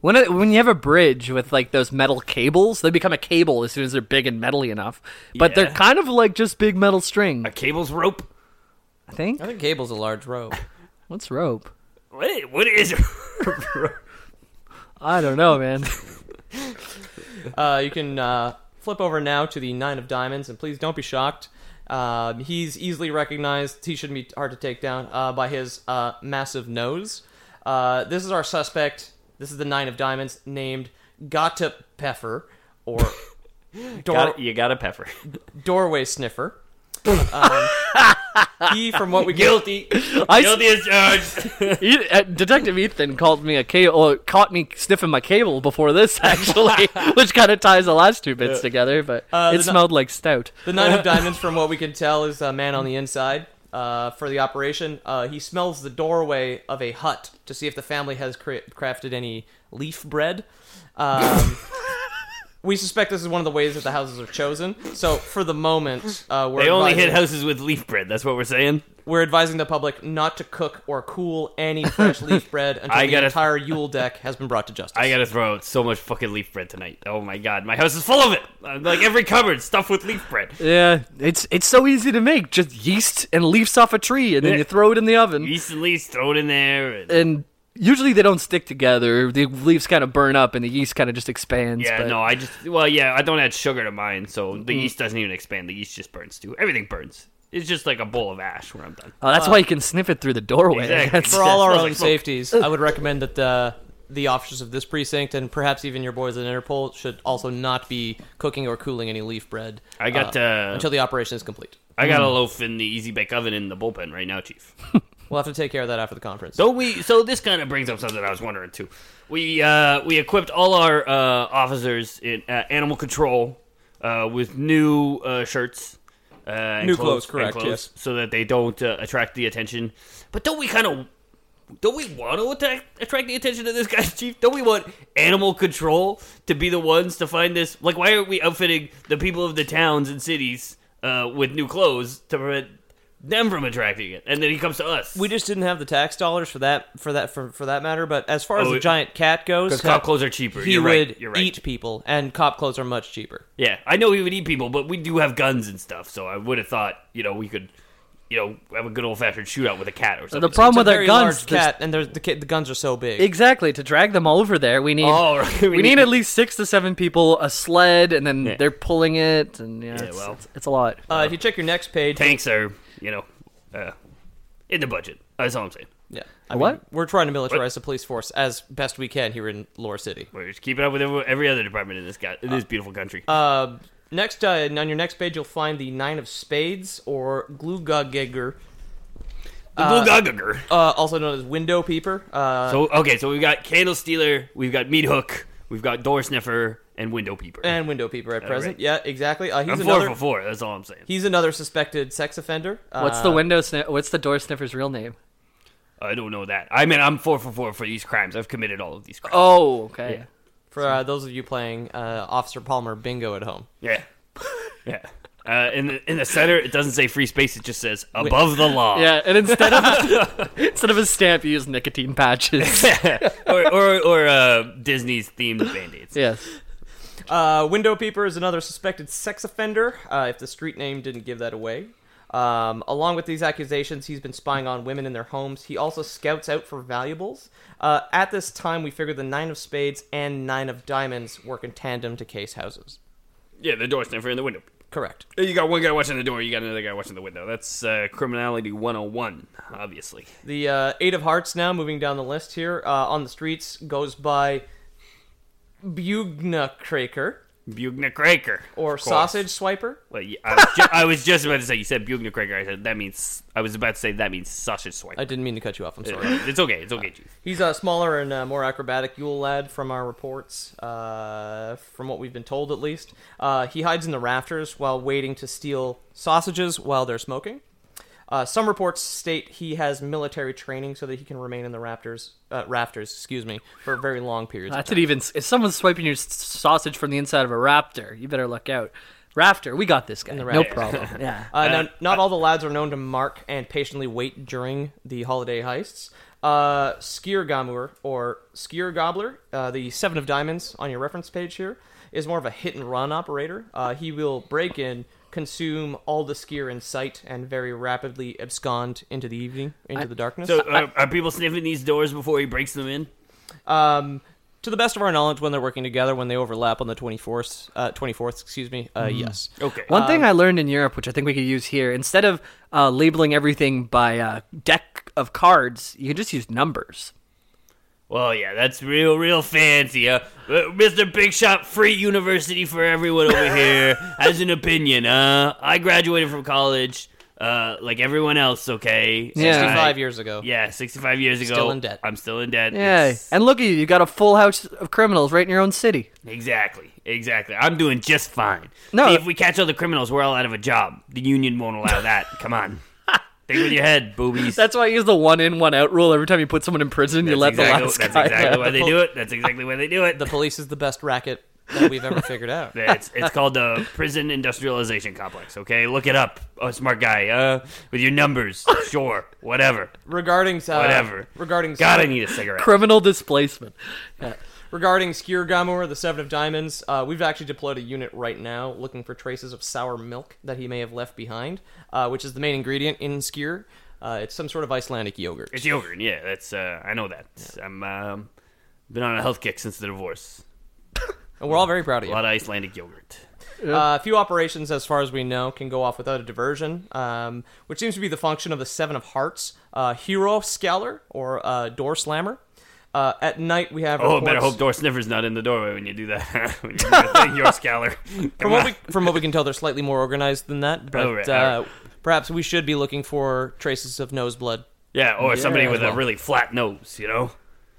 C: when it, when you have a bridge with like those metal cables? They become a cable as soon as they're big and metally enough. But
A: Yeah.
C: they're kind of like just big metal string.
A: A cable's rope.
C: I think.
B: I think Cable's a large rope.
C: What's rope?
A: What? What is?
C: I don't know, man.
B: Uh, you can uh, flip over now to the nine of diamonds, and please don't be shocked. Uh, he's easily recognized. He shouldn't be hard to take down uh, by his uh, massive nose. Uh, this is our suspect. This is the nine of diamonds, named Gotta Peffer or Dor-
A: you got a pepper.
B: Doorway Sniffer. Um, he, from what we can-
A: Guilty.
C: I
A: Guilty as charged.
C: E- uh, Detective Ethan called me a cable, or caught me sniffing my cable before this actually, which kind of ties the last two bits together. But it
B: Uh, the-
C: smelled like stout.
B: The Nine of Diamonds, from what we can tell, is a man on the inside uh, for the operation. Uh, he smells the doorway of a hut to see if the family has cra- crafted any leaf bread. Um, we suspect this is one of the ways that the houses are chosen. So, for the moment, uh, we're,
A: They only
B: advising,
A: hit houses with leaf bread. That's what we're saying.
B: we're advising the public not to cook or cool any fresh leaf bread until
A: I
B: the
A: gotta-
B: entire Yule deck has been brought to justice.
A: I gotta throw out so much fucking leaf bread tonight. Oh my god, my house is full of it. I'm like every cupboard stuffed with leaf bread.
C: Yeah, it's it's so easy to make. Just yeast and leaves off a tree, and then you throw it in the oven.
A: Yeast and leaves, throw it in there. And,
C: And usually they don't stick together. The leaves kind of burn up, and the yeast kind of just expands.
A: yeah,
C: but
A: no, I just well, yeah, I don't add sugar to mine, so the yeast doesn't even expand. The yeast just burns too. Everything burns. It's just like a bowl of ash when I'm done.
C: Oh, that's why you can sniff it through the doorway.
A: Exactly.
C: That's-
B: for all
A: Smells
B: our
A: like
B: own
A: smoke.
B: safeties, I would recommend that the the officers of this precinct and perhaps even your boys at Interpol should also not be cooking or cooling any leaf bread.
A: I got, uh,
B: until the operation is complete.
A: I got a loaf in the easy bake oven in the bullpen right now, Chief.
B: We'll have to take care of that after the conference.
A: So we so this kind of brings up something I was wondering too. We uh, we equipped all our uh, officers in uh, animal control uh, with new uh, shirts, uh, and
B: New clothes,
A: and
B: correct, yes.
A: so that they don't uh, attract the attention. But don't we kind of don't we want to attack, attract the attention of this guy, Chief? Don't we want animal control to be the ones to find this? Like, why aren't we outfitting the people of the towns and cities uh, with new clothes to prevent them from attracting it? And then he comes to us.
B: we just didn't have the tax dollars for that for that for, for that matter. But as far as
A: Oh,
B: the
A: it-
B: giant cat goes,
A: 'Cause cop clothes are cheaper.
B: He
A: You're
B: would
A: right, you're right.
B: eat people, and cop clothes are much cheaper.
A: Yeah, I know we would eat people, but we do have guns and stuff, so I would have thought, you know, we could you know, have a good old fashioned shootout with a cat or something.
C: The problem
B: It's a
C: with our
B: very
C: guns,
B: large
C: there's-
B: cat, and there's- the, ki- the guns are so big.
C: exactly, to drag them over there, we need
A: Oh, right,
C: we,
A: we
C: need,
A: need-
C: at least six to seven people, a sled, and then they're pulling it, and yeah, it's,
A: well.
C: it's, it's a lot.
B: uh, if you check your next page,
A: tanks are, you know, uh, in the budget. That's all I'm saying.
B: yeah,
C: A what?
B: we're trying to militarize the police force as best we can here in Lore City.
A: We're just keeping up with every, every other department in this guy, in this beautiful country.
B: Uh, next, uh, on your next page, you'll find the Nine of Spades or Glugagigger,
A: the Bulgogager.
B: uh, also known as Window Peeper. Uh,
A: so okay, so we've got candle stealer, we've got meat hook, we've got door sniffer, and window peeper.
B: and window peeper at present.
A: right.
B: Yeah, exactly. Uh, he's
A: I'm four
B: another.
A: for four. That's all I'm saying.
B: He's another suspected sex offender. Uh,
C: What's the window? Sni- what's the door sniffer's real name?
A: I don't know that. I mean, I'm four for four for these crimes. I've committed all of these crimes.
C: Oh, okay.
B: for uh, those of you playing uh, Officer Palmer Bingo at home?
A: Yeah, yeah. Uh, in the in the center, it doesn't say free space. It just says above the law.
C: Yeah, and instead of instead of a stamp, you use nicotine patches.
A: or or, or uh, Disney's themed band aids.
C: yes.
B: Uh, window peeper is another suspected sex offender. Uh, if the street name didn't give that away. Um, along with these accusations, he's been spying on women in their homes. He also scouts out for valuables. Uh, at this time, we figure the nine of spades and nine of diamonds work in tandem to case houses.
A: Yeah, the door sniffer in the window.
B: Correct.
A: You got one guy watching the door. You got another guy watching the window. That's uh, criminality 101, obviously.
B: The uh, Eight of Hearts now, moving down the list here, uh, on the streets, goes by Bugna Craker
A: Bugna Craker
B: or
A: of course.
B: Sausage Swiper.
A: Well, yeah, I, was ju- I was just about to say you said Bugna Craker. I said that means I was about to say that means sausage swipe.
B: I Uh, didn't mean to cut you off, I'm sorry.
A: it's okay. It's okay, chief.
B: He's a smaller and uh, more acrobatic Yule lad from our reports, uh, from what we've been told at least. Uh, he hides in the rafters while waiting to steal sausages while they're smoking. Uh, some reports state he has military training so that he can remain in the rafters, uh, rafters, excuse me, for very long periods. of
C: That's it. Even if someone's swiping your s- sausage from the inside of a raptor, you better look out. Raptor, we got this guy. No
B: raptor.
C: problem. yeah.
B: Uh, now, not all the lads are known to mark and patiently wait during the holiday heists. Uh, Skiergamur, or Skier Gobbler, uh, the Seven of Diamonds on your reference page here, is more of a hit and run operator. Uh, he will break in, consume all the skier in sight, and very rapidly abscond into the evening, into the darkness.
A: So, uh, are people sniffing these doors before he breaks them in?
B: Um, to the best of our knowledge, when they're working together, when they overlap on the 24th, uh, 24th, excuse me, uh, yes.
A: Okay.
C: One thing I learned in Europe, which I think we could use here, instead of uh, labeling everything by uh, deck of cards, you can just use numbers.
A: Well, yeah, that's real, real fancy, huh? Uh, Mr. Big Shot, free university for everyone over here. Has an opinion, huh? I graduated from college, uh, like everyone else. Okay,
C: Yeah.
B: 65
A: I-
B: years ago.
A: Yeah, 65 years ago.
B: Still in debt.
A: I'm still in debt.
C: Yeah.
A: It's-
C: And look at you, you got a full house of criminals right in your own city.
A: Exactly. Exactly. I'm doing just fine.
C: No.
A: See, if we catch all the criminals, we're all out of a job. The union won't allow that. Come on. Think with your head, boobies.
C: That's why I use the one in, one out rule. Every time you put someone in prison, you
A: That's
C: let
A: exactly,
C: the last
A: that's
C: guy.
A: exactly
C: out.
A: why they do it. That's exactly why they do it.
B: The police is the best racket that we've ever figured out.
A: It's, it's called the prison industrialization complex. Okay, look it up. Oh, smart guy. Uh, with your numbers, sure, whatever,
B: regarding uh,
A: whatever.
B: regarding
A: God, I need a cigarette.
C: Criminal displacement. Yeah.
B: regarding Skirgamor, the Seven of Diamonds. Uh, we've actually deployed a unit right now looking for traces of sour milk that he may have left behind, uh, which is the main ingredient in Skir. Uh, it's some sort of Icelandic yogurt.
A: It's yogurt. Yeah, that's. Uh, I know that. I'm um, been on a health kick since the divorce.
B: And we're all very proud of
A: A
B: you.
A: lot of Icelandic yogurt.
B: Uh, a few operations, as far as we know, can go off without a diversion, um, which seems to be the function of the Seven of Hearts, uh, Hero Scaler, or uh, Door Slammer. Uh, at night, we have.
A: Oh,
B: reports-
A: better hope door sniffer's not in the doorway when you do that. when you do that thing, your scaler.
B: from what we from what we can tell, they're slightly more organized than that. But
A: Oh, right,
B: uh,
A: alright.
B: perhaps we should be looking for traces of nose blood.
A: Yeah, or somebody
C: Yeah.
A: with a really flat nose. You know,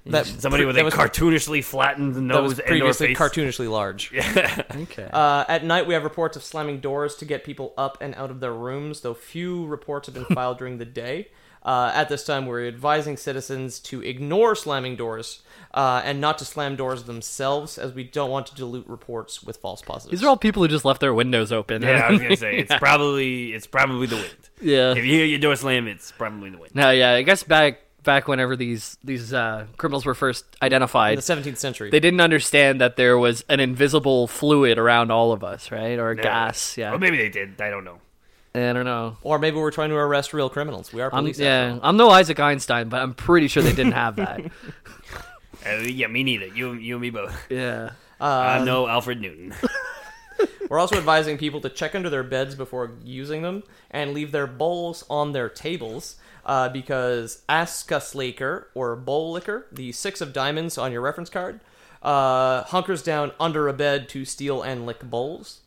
B: That
A: somebody with
B: that
A: a
B: was,
A: cartoonishly flattened nose
B: that was
A: and or
B: previously
A: face.
B: cartoonishly large.
C: Okay.
B: Uh, at night, we have reports of slamming doors to get people up and out of their rooms, though few reports have been filed during the day. Uh, at this time, we're advising citizens to ignore slamming doors uh, and not to slam doors themselves, as we don't want to dilute reports with false positives.
C: These are all people who just left their windows open.
A: Yeah, I was gonna say it's probably it's probably the wind.
C: Yeah.
A: If you hear your door slam, it's probably the wind.
C: No, yeah, I guess back back whenever these these uh, criminals were first identified,
B: in the 17th century.
C: they didn't understand that there was an invisible fluid around all of us, right? Or
A: Yeah.
C: gas, yeah.
A: Or maybe they did. I don't know.
C: I don't know.
B: Or maybe we're trying to arrest real criminals. We are
A: Um,
C: I'm,
B: police. after
C: yeah,
B: all.
C: I'm no Isaac Einstein, but I'm pretty sure they didn't have that.
A: Uh, yeah, me neither. You, you and me both.
C: yeah.
A: I'm no Alfred Newton.
B: We're also advising people to check under their beds before using them and leave their bowls on their tables uh, because Askus Laker or Bowl Licker, the six of diamonds on your reference card, uh, hunkers down under a bed to steal and lick bowls.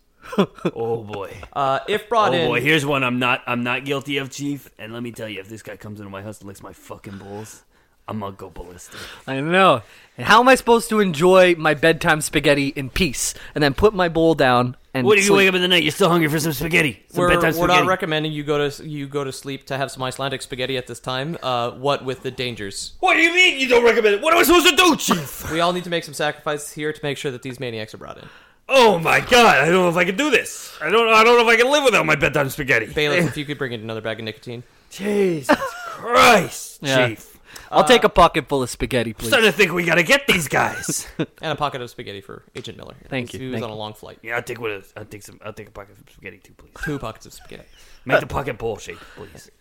A: Oh boy.
B: Uh, if brought
A: Oh
B: in,
A: boy, here's one I'm not I'm not guilty of, Chief. And let me tell you, if this guy comes into my house and licks my fucking balls, I'm gonna go ballistic.
C: I know. And how am I supposed to enjoy my bedtime spaghetti in peace and then put my bowl down and
A: What if you
C: sleep?
A: wake up in the night? You're still hungry for some spaghetti? Some
B: we're,
A: bedtime
B: we're not
A: spaghetti.
B: recommending you go to you go to sleep to have some Icelandic spaghetti at this time. Uh, what with the dangers,
A: what do you mean you don't recommend it? What am I supposed to do, Chief?
B: we all need to make some sacrifices here to make sure that these maniacs are brought in.
A: oh my god, I don't know if I can do this. I don't I don't know if I can live without my bedtime spaghetti.
B: Bailiff, if you could bring in another bag of nicotine.
A: Jesus Christ,
C: Yeah.
A: Chief.
C: I'll
A: uh,
C: take a pocket full of spaghetti, please.
A: starting to think we gotta get these guys.
B: And a pocket of spaghetti for Agent Miller.
C: Thank
B: He
C: you,
B: was
C: thank
B: on a
C: you.
B: long flight.
A: yeah, I'll take one of, I'll take some I'll take a pocket of spaghetti too, please.
B: Two pockets of spaghetti.
A: Make the pocket bowl shape, please.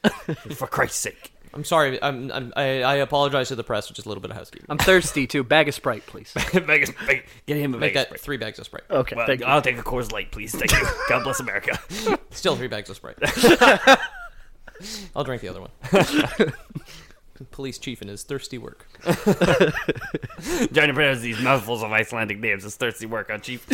A: for Christ's sake.
B: I'm sorry. I'm, I'm, I, I apologize to the press. Just a little bit of housekeeping.
C: I'm thirsty too. Bag of Sprite, please.
A: Make a- make- get him a
B: Make
A: Vegas
B: that
A: break.
B: three bags of Sprite.
C: Okay,
A: Well,
C: thank you.
A: I'll take a Coors Light, please. Thank you. God bless America.
B: Still three bags of Sprite. I'll drink the other one. Police chief and his thirsty work.
A: Trying to pronounce these mouthfuls of Icelandic names is thirsty work on Chief.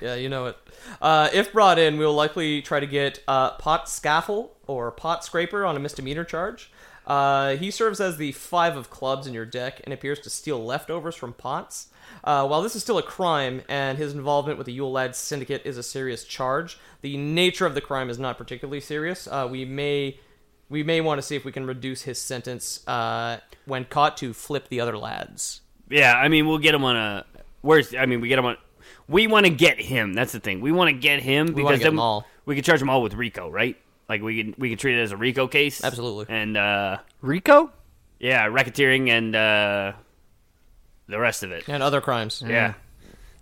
B: Yeah, you know it. Uh, if brought in, we will likely try to get uh, pot scaffle or pot scraper on a misdemeanor charge. Uh, he serves as the five of clubs in your deck and appears to steal leftovers from pots. Uh, while this is still a crime and his involvement with the Yule Lads Syndicate is a serious charge, the nature of the crime is not particularly serious. Uh, we may we may want to see if we can reduce his sentence uh, when caught to flip the other lads.
A: Yeah, I mean, we'll get him on a. Where's? I mean, we get him on. We want to get him. That's the thing. We want to get him because
B: wanna get
A: then
B: them all.
A: we can charge them all with Rico, right? Like we can we can treat it as a Rico case.
B: Absolutely.
A: And uh,
C: Rico?
A: yeah, racketeering and uh, the rest of it.
B: And other crimes.
A: Yeah.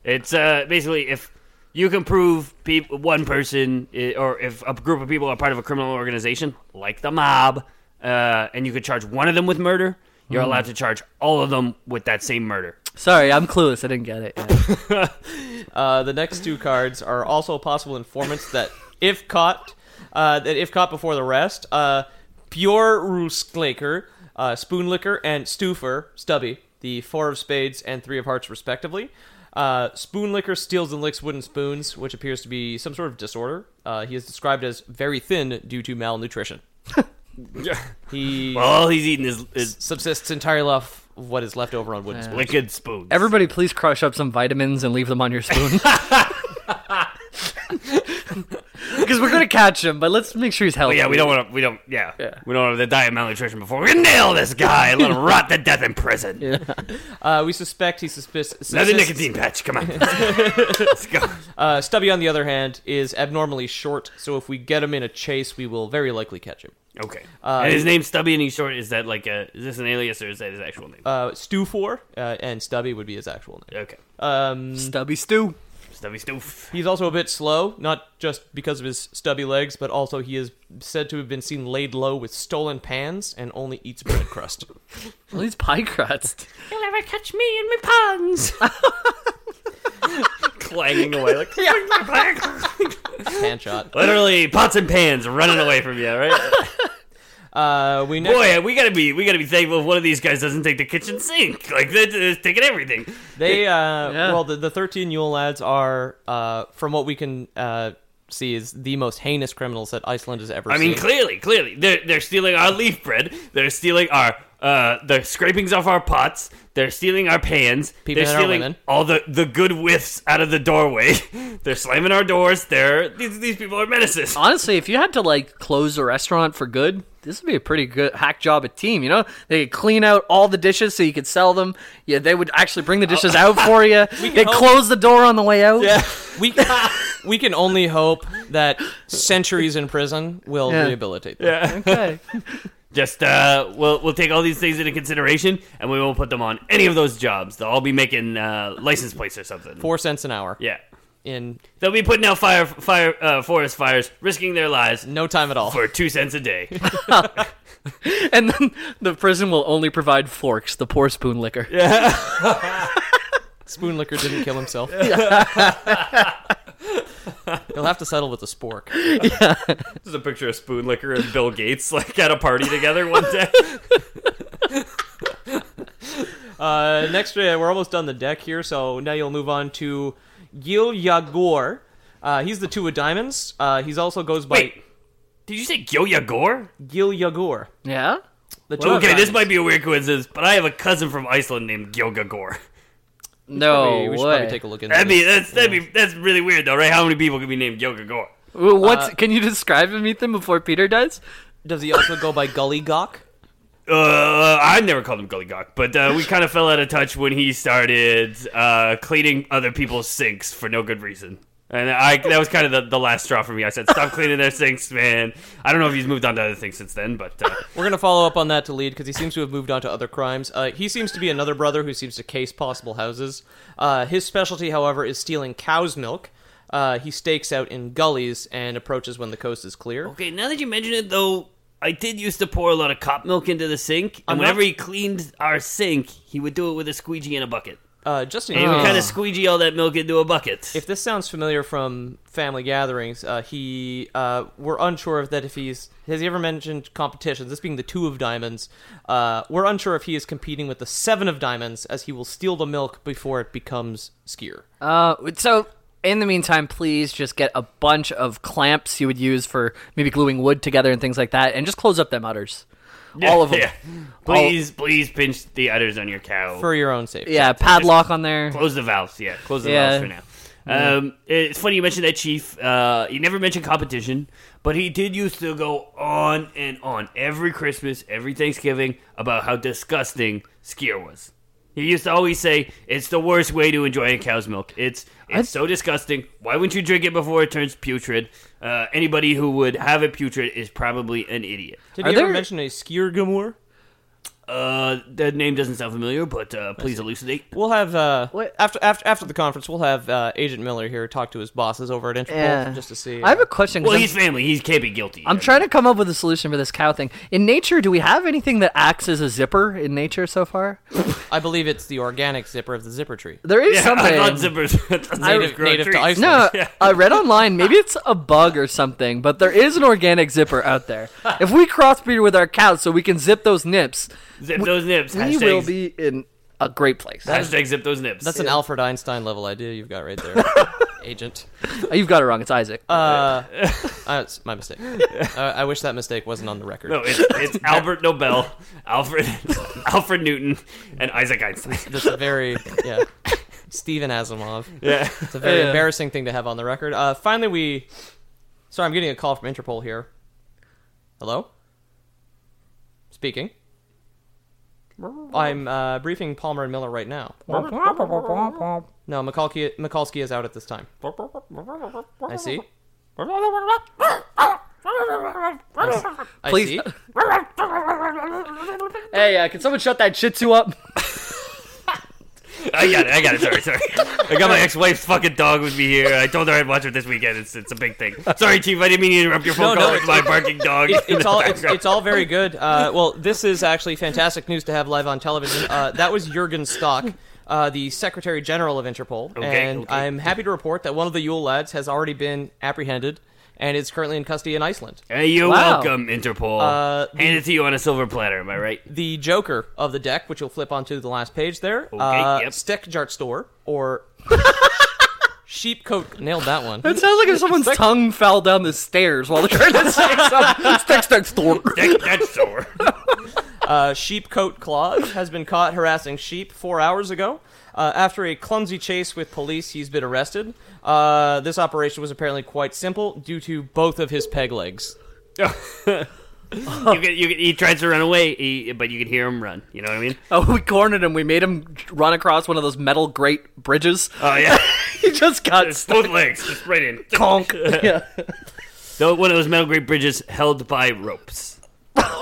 A: It's uh, basically if you can prove peop one person i- or if a group of people are part of a criminal organization like the mob, uh, and you could charge one of them with murder, you're allowed to charge all of them with that same murder.
C: Sorry, I'm clueless. I didn't get it. Yeah.
B: Uh, the next two cards are also possible informants that, if caught, uh, that if caught before the rest, uh, Pure Rusklicker, uh, Spoonlicker, and Stoofer, Stubby, the four of spades and three of hearts, respectively. Uh, Spoonlicker steals and licks wooden spoons, which appears to be some sort of disorder. Uh, he is described as very thin due to malnutrition. he
A: All he's eating is, is
B: subsists entirely off of what is left over on wooden spoons.
A: liquid spoons.
C: Everybody, please crush up some vitamins and leave them on your spoon. Because we're gonna catch him, but let's make sure he's healthy.
A: yeah, we don't want to. We don't. Yeah, we don't want to die of malnutrition before we nail this guy and let him rot to death in prison.
B: Uh, we suspect he suspicious.
A: Another nicotine patch. Come on, let's go.
B: Uh, Stubby, on the other hand, is abnormally short, so if we get him in a chase, we will very likely catch him.
A: Okay. and his name's Stubby, and he's short. Is that like a? Is this an alias or is that his actual name?
B: Uh, Stu Four uh, and Stubby would be his actual name.
A: okay.
C: Stubby Stew.
A: Stubby Stoof.
B: He's also a bit slow, not just because of his stubby legs, but also he is said to have been seen laid low with stolen pans and only eats bread crust.
C: At least pie crust.
A: You'll never catch me in my ponds. Clanging away like
B: Pan shot.
A: literally pots and pans running away from you, right?
B: Uh, we next,
A: Boy, we gotta be we gotta be thankful if one of these guys doesn't take the kitchen sink. Like they're, they're taking everything.
B: they uh, well the, the thirteen Yule lads are uh, from what we can uh, see is the most heinous criminals that Iceland has ever
A: I
B: seen.
A: mean, clearly, clearly, they're they're stealing our leaf bread. They're stealing our uh, the scrapings off our pots. They're stealing our pans.
B: Peeping
A: they're
B: at our
A: stealing
B: women.
A: all the, the good whiffs out of the doorway. they're slamming our doors. They're these these people are menaces.
C: Honestly, if you had to like close a restaurant for good, this would be a pretty good hack job at team. You know, they could clean out all the dishes so you could sell them. Yeah, they would actually bring the dishes out for you. They
B: hope-
C: close the door on the way out. Yeah.
B: we we can only hope that centuries in prison will
C: Yeah.
B: rehabilitate them.
C: Okay.
A: Just uh, we'll we'll take all these things into consideration, and we won't put them on any of those jobs. They'll all be making uh, license plates or something.
B: Four cents an hour.
A: Yeah.
B: in
A: They'll be putting out fire, fire, uh, forest fires, risking their lives
B: no time at all.
A: for two cents a day.
C: And then the prison will only provide forks, the poor spoon liquor. Yeah.
B: Spoon liquor didn't kill himself. He'll have to settle with the spork.
A: There's a picture of Spoon Liquor and Bill Gates like at a party together one day.
B: Uh, next, uh, we're almost done the deck here, so now you'll move on to Gil Yagor. Uh, he's the two of diamonds. Uh, he's also goes by
A: Wait, did you say Gil Yagor?
B: Gil Yagor. The two of
A: okay, this
B: diamonds.
A: might be a weird coincidence, but I have a cousin from Iceland named Gil Gagor.
C: No
B: Hey, we should
C: way.
B: probably take a look into
A: That'd
B: this.
A: be that's that'd be that's really weird though, right? How many people can be named Gil Gagor?
C: Well, What's, can you describe him, Ethan, before Peter does?
B: Does he also go by Gully Gawk?
A: Uh, I never called him Gully Gawk, but uh, we kind of fell out of touch when he started uh, cleaning other people's sinks for no good reason. And I that was kind of the, the last straw for me. I said, "Stop cleaning their sinks, man." I don't know if he's moved on to other things since then, but uh,
B: We're gonna follow up on that to lead because he seems to have moved on to other crimes. Uh, he seems to be another brother who seems to case possible houses. Uh, his specialty, however, is stealing cow's milk. Uh, he stakes out in gullies and approaches when the coast is clear.
A: Okay, now that you mention it, though, I did used to pour a lot of cop milk into the sink, and
B: I'm not-
A: whenever he cleaned our sink, he would do it with a squeegee and a bucket.
B: Uh, Justin,
A: He would kind of squeegee all that milk into a bucket.
B: if this sounds familiar from family gatherings, uh, he uh, we're unsure of that if he's has he ever mentioned competitions. This being the two of diamonds, uh, we're unsure if he is competing with the seven of diamonds, as he will steal the milk before it becomes skier.
C: Uh, so in the meantime, please just get a bunch of clamps you would use for maybe gluing wood together and things like that, and just close up them udders, all of them.
A: Yeah. Please, please pinch the udders on your cow.
B: for your own safety.
C: Yeah, padlock on there.
A: close the valves. Yeah, close the
C: Yeah.
A: valves for now. Um, it's funny you mentioned that, Chief. Uh, you never mentioned competition, but he did used to go on and on every Christmas, every Thanksgiving about how disgusting skier was. He used to always say, "It's the worst way to enjoy a cow's milk. It's it's so disgusting. Why wouldn't you drink it before it turns putrid? Uh, anybody who would have it putrid is probably an idiot."
B: Did
C: Are
B: you
C: there-
B: ever mention a skiergamur?
A: Uh, that name doesn't sound familiar, but uh, please elucidate.
B: We'll have uh, after after after the conference, we'll have uh, Agent Miller here talk to his bosses over at Interpol just to see.
C: I have a question. 'cause
A: Well,
C: I'm-
A: he's family. He can't be guilty.
C: I'm trying to come up with a solution for this cow thing. In nature, do we have anything that acts as a zipper in nature so far?
B: I believe it's the organic zipper of the zipper tree.
C: There is something.
A: I thought zippers. I thought zippers
B: Native,
A: grow
B: native to
A: trees.
B: Iceland.
C: no, I read online. Maybe it's a bug or something, but there is an organic zipper out there. If we crossbreed with our cows so we can zip those nips,
A: Zip those nips.
C: we
A: Hashtag,
C: will be in a great place.
A: Hashtag zip those nips.
B: That's an Alfred Einstein level idea you've got right there, Agent.
C: Oh, You've got it wrong. It's Isaac.
B: Uh, it's my mistake. Uh, I wish that mistake wasn't on the record.
A: no, it's, it's Albert Nobel, Alfred, Alfred Newton, and Isaac Einstein.
B: That's a very yeah. Stephen Asimov. Yeah, it's a very embarrassing thing to have on the record. Uh, finally, we. Sorry, I'm getting a call from Interpol here. Hello. Speaking. I'm uh, briefing Palmer and Miller right now. No, Mikulski, Mikulski is out at this time. I see. I, I
C: Please-
B: see.
C: hey, uh, can someone shut that Shih Tzu up?
A: I got it. I got it. Sorry, sorry. I got my ex-wife's fucking dog with me here. I told her I'd watch it this weekend. It's it's a big thing. Sorry, Chief. I didn't mean to interrupt your phone
B: No, no,
A: call with
B: it's-
A: my barking dog.
B: It-
A: in
B: it's
A: the
B: all it's,
A: background.
B: it's all very good. Uh, well, this is actually fantastic news to have live on television. Uh, that was Jurgen Stock, uh, the Secretary General of Interpol,
A: Okay,
B: and
A: okay.
B: I'm happy to report that one of the Yule lads has already been apprehended and is currently in custody in Iceland.
A: Hey, you're
C: Wow.
A: welcome, Interpol.
B: Uh,
A: Hand it to you on a silver platter. Am I right?
B: The Joker of the deck, which you'll flip onto the last page there, okay,
A: yep.
B: Store or Sheepcoat nailed that one.
C: It sounds like if someone's tongue fell down the stairs while they're trying to say something. Stick, stick, store.
A: That, that's sore.
B: A sheepcoat Claus has been caught harassing sheep four hours ago. Uh, after a clumsy chase with police, he's been arrested. Uh, this operation was apparently quite simple due to both of his peg legs.
A: you can, you can, he tries to run away, he, but you can hear him run. You know what I mean?
C: Oh, we cornered him. We made him run across one of those metal grate bridges.
A: Oh yeah,
C: he Uh, just got
A: It's
C: stuck.
A: both legs, just right in.
C: Conk. Yeah.
A: Though one of those metal grate bridges held by ropes.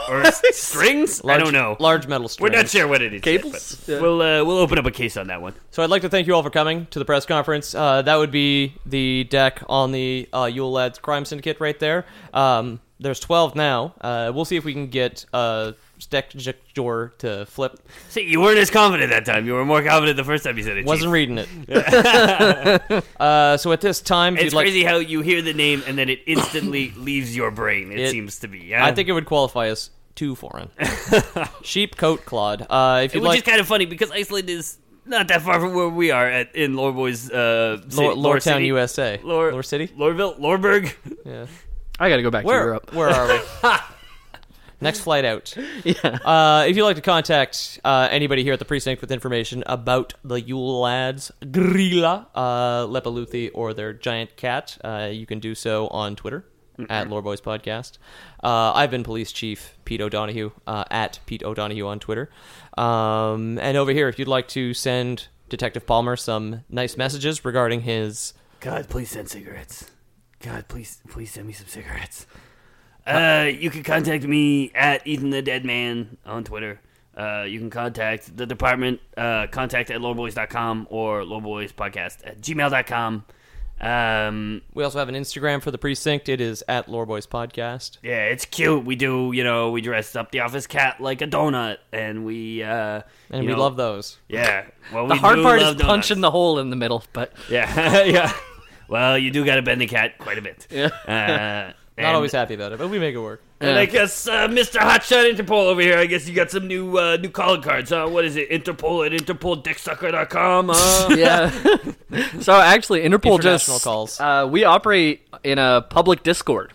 A: or strings? I don't know.
B: Large metal
A: We're
B: strings.
A: not sure what it is. yet,
C: Cables?
A: but
C: Yeah.
A: We'll uh, we'll open up a case on that one.
B: So I'd like to thank you all for coming to the press conference. Uh, that would be the deck on the uh, Yule Lads Crime Syndicate right there. Um, there's 12 now. Uh, we'll see if we can get uh, Deck Jor to flip.
A: See, you weren't as confident that time. You were more confident the first time you said it.
B: Wasn't
A: Chief.
B: reading it. uh, so at this time, if
A: It's
B: you'd like,
A: crazy how you hear the name and then it instantly leaves your brain. It,
B: It-
A: seems to be. Yeah?
B: I think it would qualify as too foreign. Sheep coat Claude. Uh, if
A: it
B: you'd
A: was
B: like,
A: just kind of funny because Iceland is not that far from where we are at in Loreboy's uh, city-
B: Lor-
A: Lore
B: Loretown,
A: City.
B: USA.
A: Lore,
B: Lore City?
A: Loreville, Loreburg.
C: I gotta go back
B: Where,
C: to Europe.
B: Where are we? Next flight out. Yeah. Uh, if you'd like to contact uh, anybody here at the precinct with information about the Yule Lads, Grilla, uh, Lepaluthi, or their giant cat, uh, you can do so on Twitter at Loreboys Podcast. Uh, I've been Police Chief Pete O'Donohue uh, at Pete O'Donohue on Twitter. Um, and over here, if you'd like to send Detective Palmer some nice messages regarding his
A: God, please send cigarettes. God, please, please send me some cigarettes. Uh, you can contact me at Ethan the Dead Man on Twitter. Uh, you can contact the department, uh, contact at lowboys.com or lowboyspodcast at gmail.com. Um,
B: We also have an Instagram for the precinct. It is at Loreboys Podcast.
A: yeah, it's cute. We do, you know, we dress up the office cat like a donut and we, uh,
B: And
A: you
B: we
A: know-
B: love those.
A: Yeah. Well,
C: The
A: we
C: hard
A: do
C: part is
A: love donuts.
C: punching the hole in the middle, but
A: Yeah, yeah. Well, you do got to bend the cat quite a bit. Yeah. Uh,
B: Not
A: and-
B: always happy about it, but we make it work.
A: And I guess uh, Mr. Hotshot Interpol over here. I guess you got some new uh, new calling cards, huh? What is it? Interpol at interpoldicksucker.com.
B: Oh,
A: Huh?
C: yeah. so actually, Interpol
B: International
C: just
B: calls.
C: Uh, we operate in a public Discord,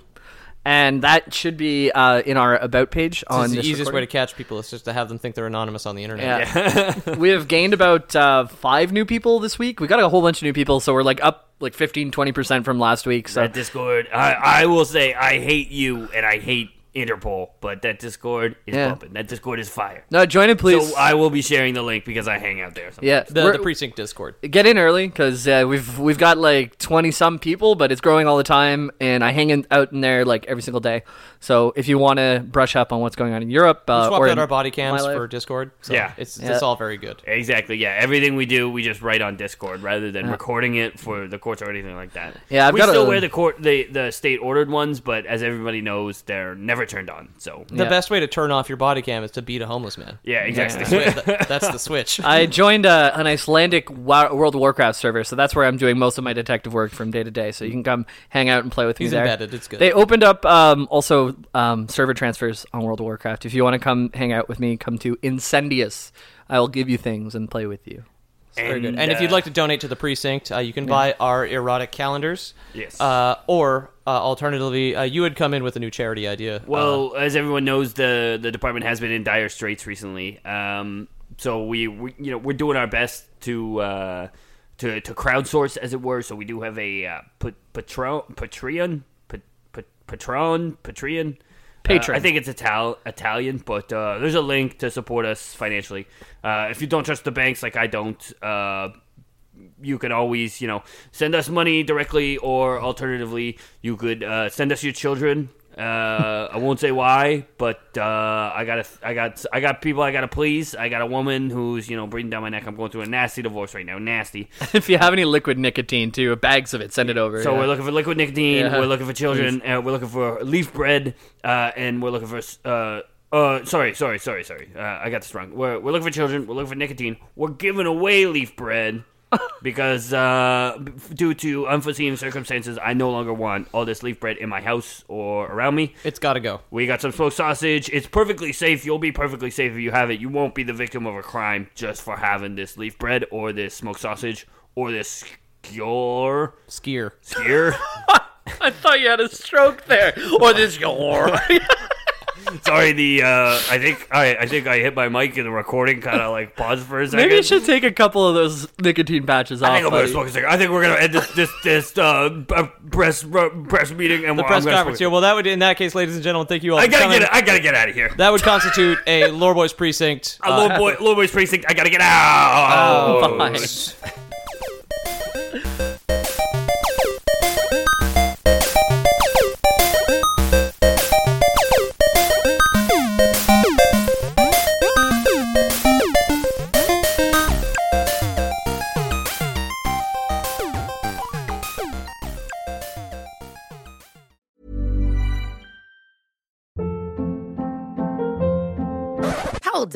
C: and that should be uh, in our about page
B: This
C: on
B: is the
C: this
B: easiest way
C: recording.
B: to catch people is just to have them think they're anonymous on the internet.
C: Yeah. we have gained about uh, five new people this week. We got a whole bunch of new people, so we're like up like 15, 20% from last week. So
A: that Discord. I, I will say I hate you and I hate Interpol, but that Discord is
C: Yeah.
A: bumping. That Discord is fire.
C: no, join in, please.
A: So uh, I will be sharing the link because I hang out there. sometimes.
C: yeah,
B: The,
C: we're-
B: the precinct Discord.
C: get in early because uh, we've we've got like 20 some people, but it's growing all the time, and I hang in, out in there like every single day. So if you want to brush up on what's going on in Europe, uh,
B: Swapped
C: or
B: out
C: in
B: our body
C: my
B: cams
C: life-
B: for Discord. So
A: Yeah.
B: It's,
C: Yeah.
B: it's all very good.
A: Exactly. Yeah. Everything we do, we just write on Discord rather than recording it for the courts or anything like that.
C: Yeah, I've
A: we
C: got
A: still
C: a-
A: wear the court the, the state ordered ones, but as everybody knows, they're never turned on. So
B: The
C: Yeah.
B: best way to turn off your body cam is to beat a homeless man.
A: yeah, exactly.
B: That- that's the switch.
C: I joined uh an Icelandic Wa- World of Warcraft server, so that's where I'm doing most of my detective work from day to day. So you can come hang out and play with
B: He's
C: me there.
B: embedded, it's good.
C: They opened up um, also um, server transfers on World of Warcraft. If you want to come hang out with me, come to Incendius. I will give you things and play with you.
B: Very good.
A: And,
B: And, if you'd
A: uh,
B: like to donate to the precinct, uh, you can buy our erotic calendars.
A: Yes.
B: Uh, or uh, alternatively, uh, you would come in with a new charity idea. Uh,
A: Well, as everyone knows, the the department has been in dire straits recently. Um, so we, we, you know, we're doing our best to uh, to to crowdsource, as it were. So we do have a uh, pat- patron, Patreon, pat- pat- patron, Patreon. Uh,
C: Patron.
A: I think it's Ital- Italian, but uh, there's a link to support us financially. Uh, if you don't trust the banks, like I don't, uh, you could always, you know, send us money directly, or alternatively, you could uh, send us your children. Uh, I won't say why, but uh, I got I got I got people I gotta please. I got a woman who's you know breathing down my neck. I'm going through a nasty divorce right now, nasty.
C: if you have any liquid nicotine too, bags of it, send it over.
A: So
C: yeah.
A: we're looking for liquid nicotine.
C: Yeah.
A: We're looking for children. Uh, we're looking for leaf bread, uh, and we're looking for. Uh, uh, sorry, sorry, sorry, sorry. Uh, I got this wrong. We're, we're looking for children. We're looking for nicotine. We're giving away leaf bread because uh, b- due to unforeseen circumstances, I no longer want all this leaf bread in my house or around me.
B: it's got to go.
A: We got some smoked sausage. It's perfectly safe. You'll be perfectly safe if you have it. You won't be the victim of a crime just for having this leaf bread or this smoked sausage or this skewer.
B: Skier.
A: Skewer?
C: I thought you had a stroke there, or this your.
A: Sorry, the uh, I think I I think I hit my mic and the recording kind of like paused for a second.
C: Maybe you should take a couple of those nicotine patches off.
A: I think I'm gonna
C: buddy.
A: smoke a cigarette. I think we're gonna end this this this uh, b- press r- press meeting and
B: The
A: we're,
B: press
A: I'm gonna
B: conference. Yeah,
A: smoke-
B: well, that would, in that case, ladies and gentlemen, thank you all.
A: I
B: for
A: gotta
B: coming.
A: get I gotta get out of here.
B: That would constitute a Loreboys precinct.
A: Uh, little boy, little boy's precinct. I gotta get
B: Oh.
A: out.
C: Fine.
G: Hold